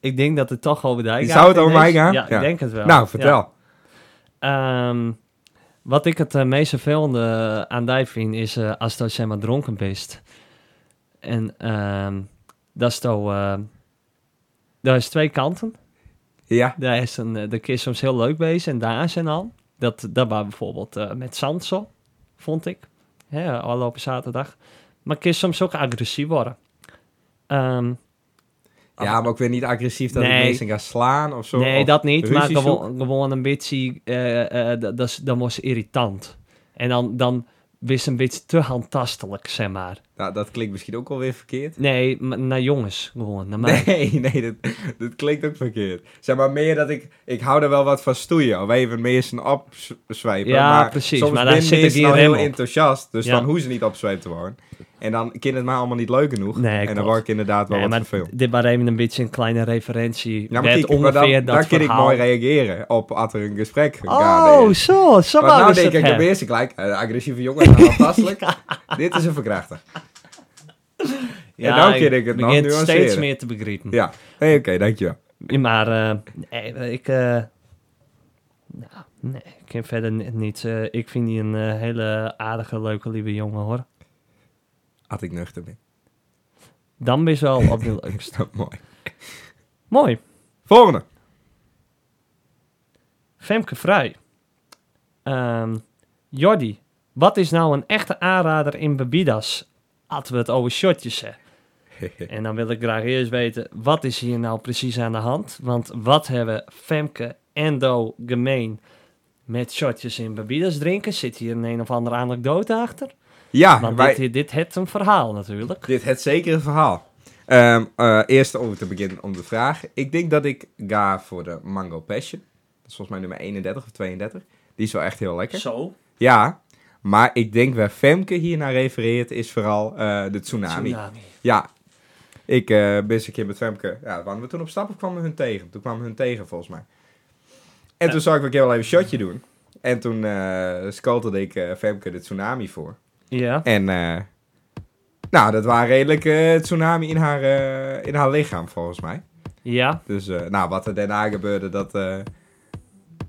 Speaker 1: Ik denk dat het toch over de hei
Speaker 2: Je
Speaker 1: gaat
Speaker 2: zou het
Speaker 1: in
Speaker 2: over mij
Speaker 1: deze-
Speaker 2: gaan?
Speaker 1: Ja,
Speaker 2: Ja.
Speaker 1: ik denk het wel.
Speaker 2: nou, vertel.
Speaker 1: Ja. Ehm, wat ik het eh, meest vervelende aan die vind, is eh, als dat jij maar dronken bent. En ehm, dat is toch... eh, daar is twee kanten.
Speaker 2: Ja,
Speaker 1: Daar is een, eh, de kist soms heel leuk bezig en daar zijn al. Dat, dat was bijvoorbeeld eh, met Sanso, vond ik. Hè, afgelopen zaterdag. Maar kist soms ook agressief worden. Ehm,
Speaker 2: ja maar ook weer niet agressief dat
Speaker 1: Nee.
Speaker 2: ik mensen ga slaan of zo.
Speaker 1: Nee,
Speaker 2: of-
Speaker 1: dat niet. Maar
Speaker 2: ruzie
Speaker 1: gewoon, gewoon een beetje... eh, eh, dat, dat is- dat was irritant. En dan, dan wist een beetje te handtastelijk, zeg maar.
Speaker 2: Nou, dat klinkt misschien ook alweer verkeerd.
Speaker 1: Nee, maar naar jongens gewoon, naar mij.
Speaker 2: *laughs* Nee, nee, dat, dat klinkt ook verkeerd. Zeg maar meer dat ik... Ik hou er wel wat van stoeien. Of even mensen opzwijpen.
Speaker 1: Ja,
Speaker 2: maar
Speaker 1: precies,
Speaker 2: Soms
Speaker 1: maar
Speaker 2: ben
Speaker 1: daar zit ik
Speaker 2: mensen
Speaker 1: hier
Speaker 2: dan heel
Speaker 1: helemaal op.
Speaker 2: enthousiast. Dus
Speaker 1: Ja.
Speaker 2: dan hoe ze niet opzweept te worden. En dan kind het mij allemaal niet leuk genoeg.
Speaker 1: Nee,
Speaker 2: en dan
Speaker 1: klopt.
Speaker 2: word ik inderdaad wel
Speaker 1: Nee,
Speaker 2: wat
Speaker 1: maar
Speaker 2: vervelend.
Speaker 1: dit was even een beetje een kleine referentie.
Speaker 2: Ja, maar
Speaker 1: Werd
Speaker 2: kijk, maar
Speaker 1: ongeveer
Speaker 2: dan,
Speaker 1: dat
Speaker 2: dan kan ik
Speaker 1: verhaal.
Speaker 2: mooi reageren op als er een gesprek gaande
Speaker 1: Oh,
Speaker 2: is.
Speaker 1: zo. Zo
Speaker 2: Maar nou
Speaker 1: was
Speaker 2: denk
Speaker 1: het,
Speaker 2: ik
Speaker 1: hè.
Speaker 2: de eerste gelijk, eh, agressieve
Speaker 1: *laughs*
Speaker 2: jongen, aantastelijk. Dit is een verkrachter.
Speaker 1: Ja,
Speaker 2: nou ken ik het nog
Speaker 1: begin steeds
Speaker 2: nuanceren.
Speaker 1: meer te begrijpen.
Speaker 2: *laughs* Ja, hey, oké, dankjewel.
Speaker 1: Maar eh, nee, ik... eh, nou, nee, ik ken verder ni- niet. eh, ik vind die een eh, hele aardige, leuke, lieve jongen, hoor.
Speaker 2: Had ik nuchter ben. *laughs*
Speaker 1: Dan ben je wel op de
Speaker 2: Is
Speaker 1: leukste.
Speaker 2: dat mooi.
Speaker 1: Mooi.
Speaker 2: Volgende.
Speaker 1: Femke Vrij. Ehm, Jordi, wat is nou een echte aanrader in Babidas? Hadden we het over shotjes, hè?
Speaker 2: *laughs*
Speaker 1: En dan wil ik graag eerst weten, wat is hier nou precies aan de hand? Want wat hebben Femke en Do gemeen met shotjes in bebieders drinken. Zit hier een, een of andere anekdote achter?
Speaker 2: Ja,
Speaker 1: Want
Speaker 2: Ah, wij,
Speaker 1: dit, dit heeft een verhaal natuurlijk.
Speaker 2: Dit het zekere verhaal. Ehm, eh, eerst om te beginnen om de vraag. Ik denk dat ik ga voor de Mango Passion. Dat is volgens mij nummer 31 of 32. Die is wel echt heel lekker.
Speaker 1: Zo,
Speaker 2: Ja, maar ik denk waar Femke hier naar refereert is vooral eh, de tsunami.
Speaker 1: tsunami.
Speaker 2: Ja, ik eh, ben eens een keer met Femke. Ja, waren we toen op stap of kwamen we hun tegen? Toen kwamen we hun tegen volgens mij. En
Speaker 1: Ja.
Speaker 2: toen zag ik wel heel even een shotje doen. En toen eh scotelde ik eh, Femke de tsunami voor.
Speaker 1: Ja,
Speaker 2: En eh, nou, dat waren redelijk eh, tsunami in haar, eh, in haar lichaam, volgens mij.
Speaker 1: ja.
Speaker 2: Dus eh, nou, wat er daarna gebeurde, dat... eh,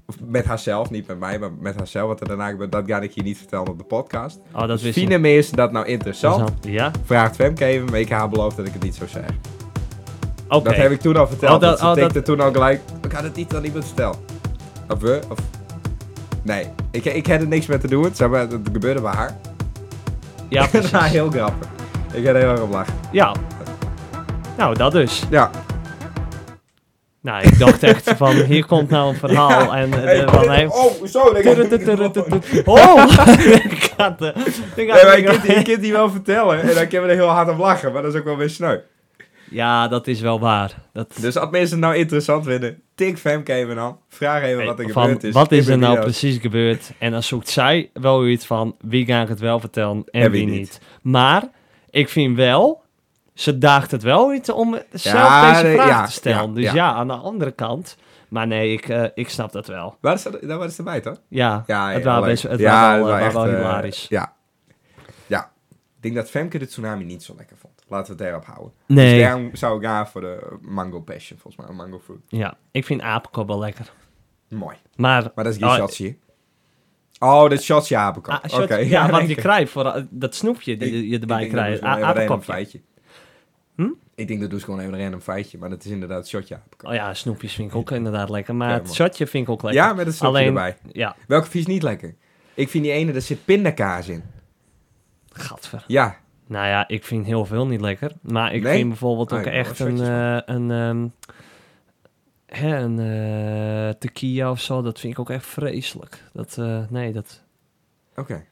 Speaker 2: of met haarzelf, niet met mij, maar met haarzelf. Wat er daarna gebeurde, dat ga ik hier niet vertellen op de podcast.
Speaker 1: Oh, dat wist ik.
Speaker 2: Finem is dat nou interessant?
Speaker 1: Ja,
Speaker 2: Vraagt Femke even, maar ik heb haar beloofd dat ik het niet zou zeggen.
Speaker 1: oké.
Speaker 2: Dat heb ik toen al verteld.
Speaker 1: Oh, dat-
Speaker 2: dat, ze
Speaker 1: oh,
Speaker 2: tikte
Speaker 1: dat-
Speaker 2: toen al gelijk. Ik had het niet aan iemand verteld. Of we? Of... Nee, ik, ik had er niks mee te doen. Zeg maar, dat gebeurde bij haar.
Speaker 1: Ja,
Speaker 2: *laughs* dat was
Speaker 1: precies.
Speaker 2: heel grappig. Ik ga er heel erg op lachen.
Speaker 1: Ja. Nou, dat dus.
Speaker 2: Ja.
Speaker 1: Nou, ik dacht
Speaker 2: *laughs*
Speaker 1: echt van, hier komt nou een verhaal en eh, de- van hij...
Speaker 2: Oh, zo. Nee, *laughs*
Speaker 1: Oh! *laughs* Ik had, eh, ik had-
Speaker 2: maar je kunt, die- je kunt die wel vertellen en dan kunnen we er heel hard op lachen, maar dat is ook wel weer sneu.
Speaker 1: Ja, dat is wel waar. Dat,
Speaker 2: Dus als mensen het nou interessant vinden, tik Femke even aan. Vraag even wat er
Speaker 1: eh, van,
Speaker 2: gebeurd is.
Speaker 1: wat is
Speaker 2: Ik ben
Speaker 1: er nou
Speaker 2: benieuwd.
Speaker 1: precies gebeurd? En dan zoekt zij wel iets van, wie ga ik het wel vertellen en,
Speaker 2: En wie
Speaker 1: wie,
Speaker 2: niet.
Speaker 1: niet. Maar, ik vind wel, ze daagt het wel iets om zelf
Speaker 2: Ja,
Speaker 1: deze
Speaker 2: nee,
Speaker 1: vraag
Speaker 2: ja,
Speaker 1: te stellen.
Speaker 2: ja,
Speaker 1: dus
Speaker 2: ja.
Speaker 1: ja. aan de andere kant. Maar nee, ik, eh, ik snap dat wel.
Speaker 2: Waar is dat, daar waren ze erbij, toch?
Speaker 1: Ja,
Speaker 2: Ja,
Speaker 1: het
Speaker 2: ja,
Speaker 1: was
Speaker 2: leuk.
Speaker 1: best het
Speaker 2: Ja,
Speaker 1: was wel, eh,
Speaker 2: het
Speaker 1: wel
Speaker 2: echt, eh,
Speaker 1: hilarisch.
Speaker 2: ja. ja. Ik denk dat Femke de tsunami niet zo lekker vond. Laten we het daarop houden. Dus
Speaker 1: Nee.
Speaker 2: daarom zou ik gaan voor de mango passion, volgens mij. Mango fruit.
Speaker 1: Ja, ik vind apenkoop wel lekker.
Speaker 2: Mooi.
Speaker 1: Maar,
Speaker 2: Maar dat is geen
Speaker 1: Oh,
Speaker 2: shotje. Oh, dat shotje apenkap.
Speaker 1: ah,
Speaker 2: Oké.
Speaker 1: shot-
Speaker 2: *laughs*
Speaker 1: ja,
Speaker 2: maar
Speaker 1: want je krijgt voor eh, dat snoepje die je- je erbij krijgt. Ah,
Speaker 2: Ik denk dat doe ze gewoon
Speaker 1: A-
Speaker 2: even een random
Speaker 1: Apenkopje. Hm?
Speaker 2: feitje. Ik denk dat doe ze gewoon even een random feitje, maar dat is inderdaad een shotje apenkap.
Speaker 1: Oh ja, snoepjes vind ik ook inderdaad lekker. Maar
Speaker 2: Ja,
Speaker 1: het
Speaker 2: man.
Speaker 1: shotje vind ik ook lekker.
Speaker 2: Ja, met het snoepje erbij.
Speaker 1: Ja,
Speaker 2: Welke vies niet lekker? Ik vind die ene, daar zit pindakaas in.
Speaker 1: gadver.
Speaker 2: Ja,
Speaker 1: Nou ja, ik vind heel veel niet lekker. Maar ik
Speaker 2: Nee?
Speaker 1: vind bijvoorbeeld
Speaker 2: Ah,
Speaker 1: ook
Speaker 2: ja,
Speaker 1: echt
Speaker 2: wel
Speaker 1: een...
Speaker 2: shotjes
Speaker 1: eh, een ehm, hè, een eh, tequila of zo, dat vind ik ook echt vreselijk. Dat, eh, nee, dat...
Speaker 2: oké. Nou,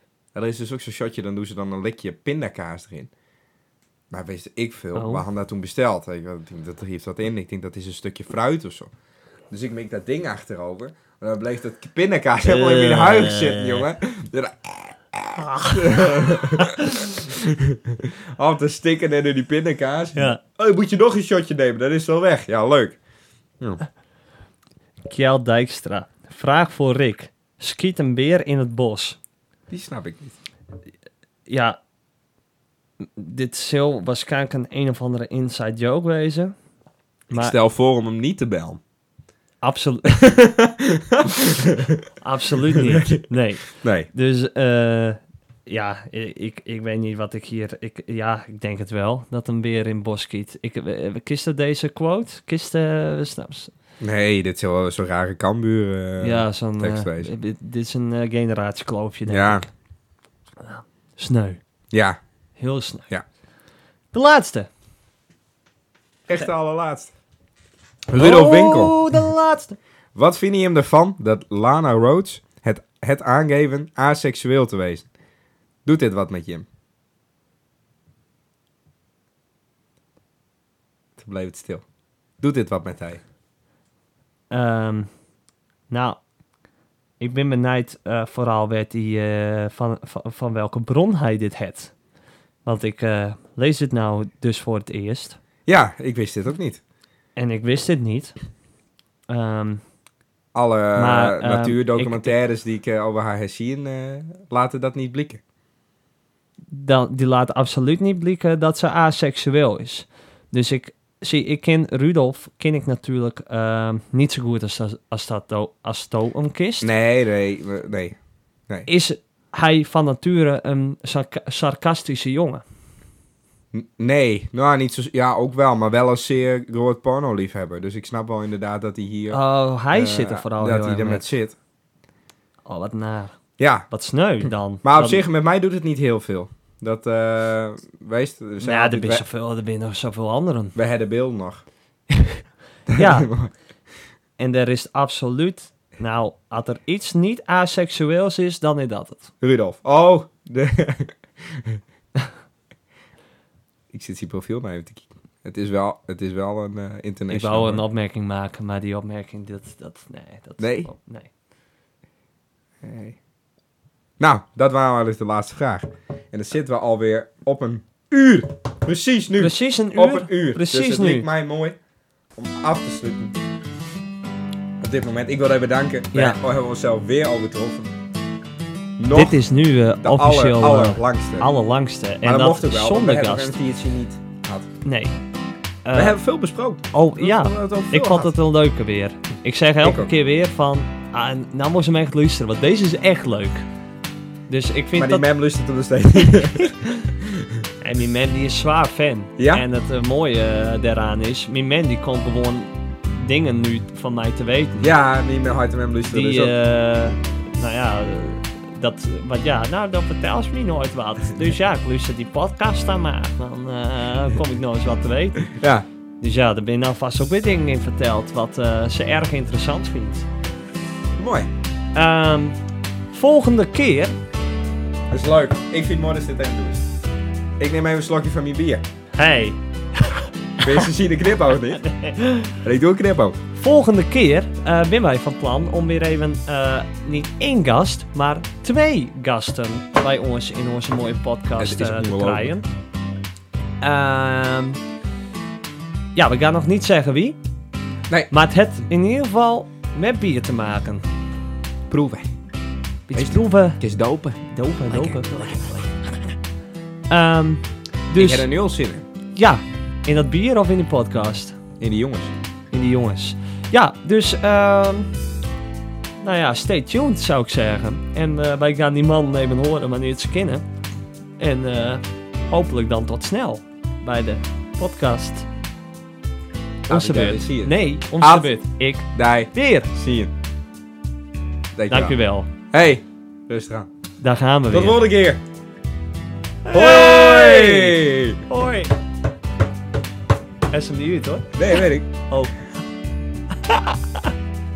Speaker 2: Er is dus ook zo'n shotje, dan doen ze dan een likje pindakaas erin. Maar wist ik veel,
Speaker 1: Oh.
Speaker 2: we hadden dat toen besteld. Ik denk dat er heeft wat in, ik denk dat is een stukje fruit of zo. Dus ik mik dat ding achterover. En dan bleef dat pindakaas helemaal in mijn huig zitten, jongen. Dus- Ah. Al te stikken en in die pindakaas.
Speaker 1: Ja.
Speaker 2: Oh, moet je nog een shotje nemen, dan is het al weg. Ja, leuk.
Speaker 1: Kjell Dijkstra. Vraag voor Rick. Schiet een beer in het bos.
Speaker 2: Die snap ik niet.
Speaker 1: ja, m- dit zal waarschijnlijk een een of andere inside joke wezen. Maar
Speaker 2: Stel voor om hem niet te bellen.
Speaker 1: absoluut. *laughs* absoluut niet. Nee.
Speaker 2: Nee.
Speaker 1: Dus eh, ja, i- ik, ik weet niet wat ik hier. Ik, ja, ik denk het wel dat een beer in het bos kiet. Ik eh, kiste deze quote. Kiste, snaps.
Speaker 2: Nee, dit is wel zo'n rare kambuur. eh
Speaker 1: ja, zo'n. eh,
Speaker 2: tekstwezen.
Speaker 1: dit- dit is een eh, generatiekloofje. Denk
Speaker 2: Ja,
Speaker 1: ik. Sneu.
Speaker 2: ja.
Speaker 1: Heel sneu.
Speaker 2: Ja.
Speaker 1: De laatste.
Speaker 2: Echt de allerlaatste. Rudolf Winkel.
Speaker 1: Oh, de laatste.
Speaker 2: Wat vind je hem ervan dat Lana Rhodes het, het aangeven aseksueel te wezen? Doet dit wat met Jim? Toen bleef het stil. Doet dit wat met hij?
Speaker 1: Ehm, nou, ik ben benijd eh, vooral werd die, eh, van, van, van welke bron hij dit had. Want ik eh, lees dit nou dus voor het eerst.
Speaker 2: Ja, ik wist dit ook niet.
Speaker 1: En ik wist dit niet. Ehm,
Speaker 2: Alle eh,
Speaker 1: Maar, eh,
Speaker 2: natuurdocumentaires die ik eh, over haar heb zien, eh, laten dat niet blikken.
Speaker 1: dan, die laat absoluut niet blikken dat ze aseksueel is. Dus ik zie, ik ken Rudolf ken ik natuurlijk ehm, niet zo goed als, dat- als dat do- als to een kist.
Speaker 2: Nee, nee, we- nee.
Speaker 1: Is hij van nature een sarca- sarcastische jongen?
Speaker 2: N- Nee, nou niet zo... Ja, ook wel, maar wel een zeer groot porno-liefhebber. Dus ik snap wel inderdaad dat hij hier...
Speaker 1: Oh, hij
Speaker 2: eh,
Speaker 1: zit er vooral heel
Speaker 2: Dat hij
Speaker 1: erg
Speaker 2: er
Speaker 1: mee.
Speaker 2: met zit.
Speaker 1: Oh, wat naar.
Speaker 2: Ja,
Speaker 1: Wat sneu dan.
Speaker 2: maar op
Speaker 1: Dan-
Speaker 2: zich, met mij doet het niet heel veel. Dat, eh... Wees... we
Speaker 1: Nou
Speaker 2: zijn
Speaker 1: Ja, er zijn
Speaker 2: altijd- we,
Speaker 1: zoveel, er zijn nog zoveel
Speaker 2: *laughs*
Speaker 1: anderen.
Speaker 2: we hadden beeld nog.
Speaker 1: Ja. En er is absoluut Nou, als er iets niet aseksueels is, dan is dat het.
Speaker 2: Rudolf. Oh. de- *laughs* ik zit zijn profiel naar even te kijken. Het is wel, het is wel een eh
Speaker 1: Ik
Speaker 2: international.
Speaker 1: wou een opmerking maken, maar die opmerking, dat, dat, nee. Dat, oh,
Speaker 2: Nee?
Speaker 1: nee.
Speaker 2: Nee. Nou, dat waren wel eens de laatste vraag. En dan zitten we alweer op een uur. Precies nu.
Speaker 1: Precies een uur.
Speaker 2: Op een uur. dus
Speaker 1: Precies
Speaker 2: het
Speaker 1: nu.
Speaker 2: lijkt mij mooi om af te sluiten. Op dit moment. Ik wil even bedanken.
Speaker 1: Ja.
Speaker 2: We hebben onszelf weer overtroffen. Nog
Speaker 1: Dit is nu eh,
Speaker 2: de
Speaker 1: officieel
Speaker 2: aller,
Speaker 1: eh,
Speaker 2: allerlangste.
Speaker 1: allerlangste. En
Speaker 2: maar dat,
Speaker 1: dat
Speaker 2: mocht ook wel, want
Speaker 1: zonder
Speaker 2: we hebben
Speaker 1: gast.
Speaker 2: het THC niet gehad.
Speaker 1: Nee.
Speaker 2: we
Speaker 1: Eh,
Speaker 2: hebben veel besproken.
Speaker 1: oh
Speaker 2: We
Speaker 1: ja,
Speaker 2: hebben het over veel
Speaker 1: ik vond
Speaker 2: gehad.
Speaker 1: het wel leuker weer. Ik zeg
Speaker 2: Ik
Speaker 1: elke
Speaker 2: ook.
Speaker 1: keer weer van, ah, nou moest hem echt luisteren, want deze is echt leuk. Dus ik vind
Speaker 2: Maar die
Speaker 1: dat...
Speaker 2: mem lust het er nog
Speaker 1: *laughs*
Speaker 2: steeds.
Speaker 1: En mijn man die is zwaar fan.
Speaker 2: Ja?
Speaker 1: En het eh, mooie eh, daaraan is, mijn man die komt gewoon dingen nu van mij te weten.
Speaker 2: ja, die mem houdt de mem lust er dus
Speaker 1: Die,
Speaker 2: ook.
Speaker 1: eh, nou ja, eh, dat, want ja, nou dan vertel ze me nooit wat. Dus ja, ik luister die podcast dan maar. Dan eh, kom ik nog eens wat te weten.
Speaker 2: Ja.
Speaker 1: Dus ja, daar ben je nou vast ook weer dingen in verteld wat eh, ze erg interessant vindt.
Speaker 2: Mooi.
Speaker 1: Ehm, volgende keer,
Speaker 2: Dat is leuk. Ik vind Morris dit echt doen. Ik neem even een slokje van mijn bier.
Speaker 1: hey,
Speaker 2: Wil je ze zien de
Speaker 1: *laughs*
Speaker 2: knipoog niet? En ik doe een knipoog.
Speaker 1: volgende keer eh ben wij van plan om weer even eh, niet één gast, maar twee gasten bij ons in onze mooie podcast
Speaker 2: Het is
Speaker 1: eh, te draaien.
Speaker 2: ongelooflijk.
Speaker 1: Ehm, ja, we gaan nog niet zeggen wie.
Speaker 2: Nee.
Speaker 1: Maar het heeft in ieder geval met bier te maken.
Speaker 2: Proeven.
Speaker 1: Iets proeven.
Speaker 2: Het is dopen.
Speaker 1: Dopen,
Speaker 2: Lekker.
Speaker 1: dopen.
Speaker 2: *laughs*
Speaker 1: Ehm, dus
Speaker 2: Ik heb er nu al zin in.
Speaker 1: ja, in dat bier of in die podcast?
Speaker 2: In die jongens.
Speaker 1: In die jongens. Ja, dus ehm, nou ja, stay tuned zou ik zeggen. En eh, wij gaan die man even horen wanneer ze kennen. En eh, hopelijk dan tot snel bij de podcast. Onze
Speaker 2: Nou, die-
Speaker 1: beurt.
Speaker 2: zie je.
Speaker 1: Nee, onze
Speaker 2: Af.
Speaker 1: beurt. Ik
Speaker 2: Daar.
Speaker 1: weer.
Speaker 2: Zie je. Dankjewel.
Speaker 1: Dankjewel.
Speaker 2: Hey. Rustig aan.
Speaker 1: Daar gaan we
Speaker 2: Tot de
Speaker 1: weer.
Speaker 2: volgende keer. Hoi.
Speaker 1: Hoi. SMDU toch?
Speaker 2: Oh. Nee, weet ik.
Speaker 1: Oh.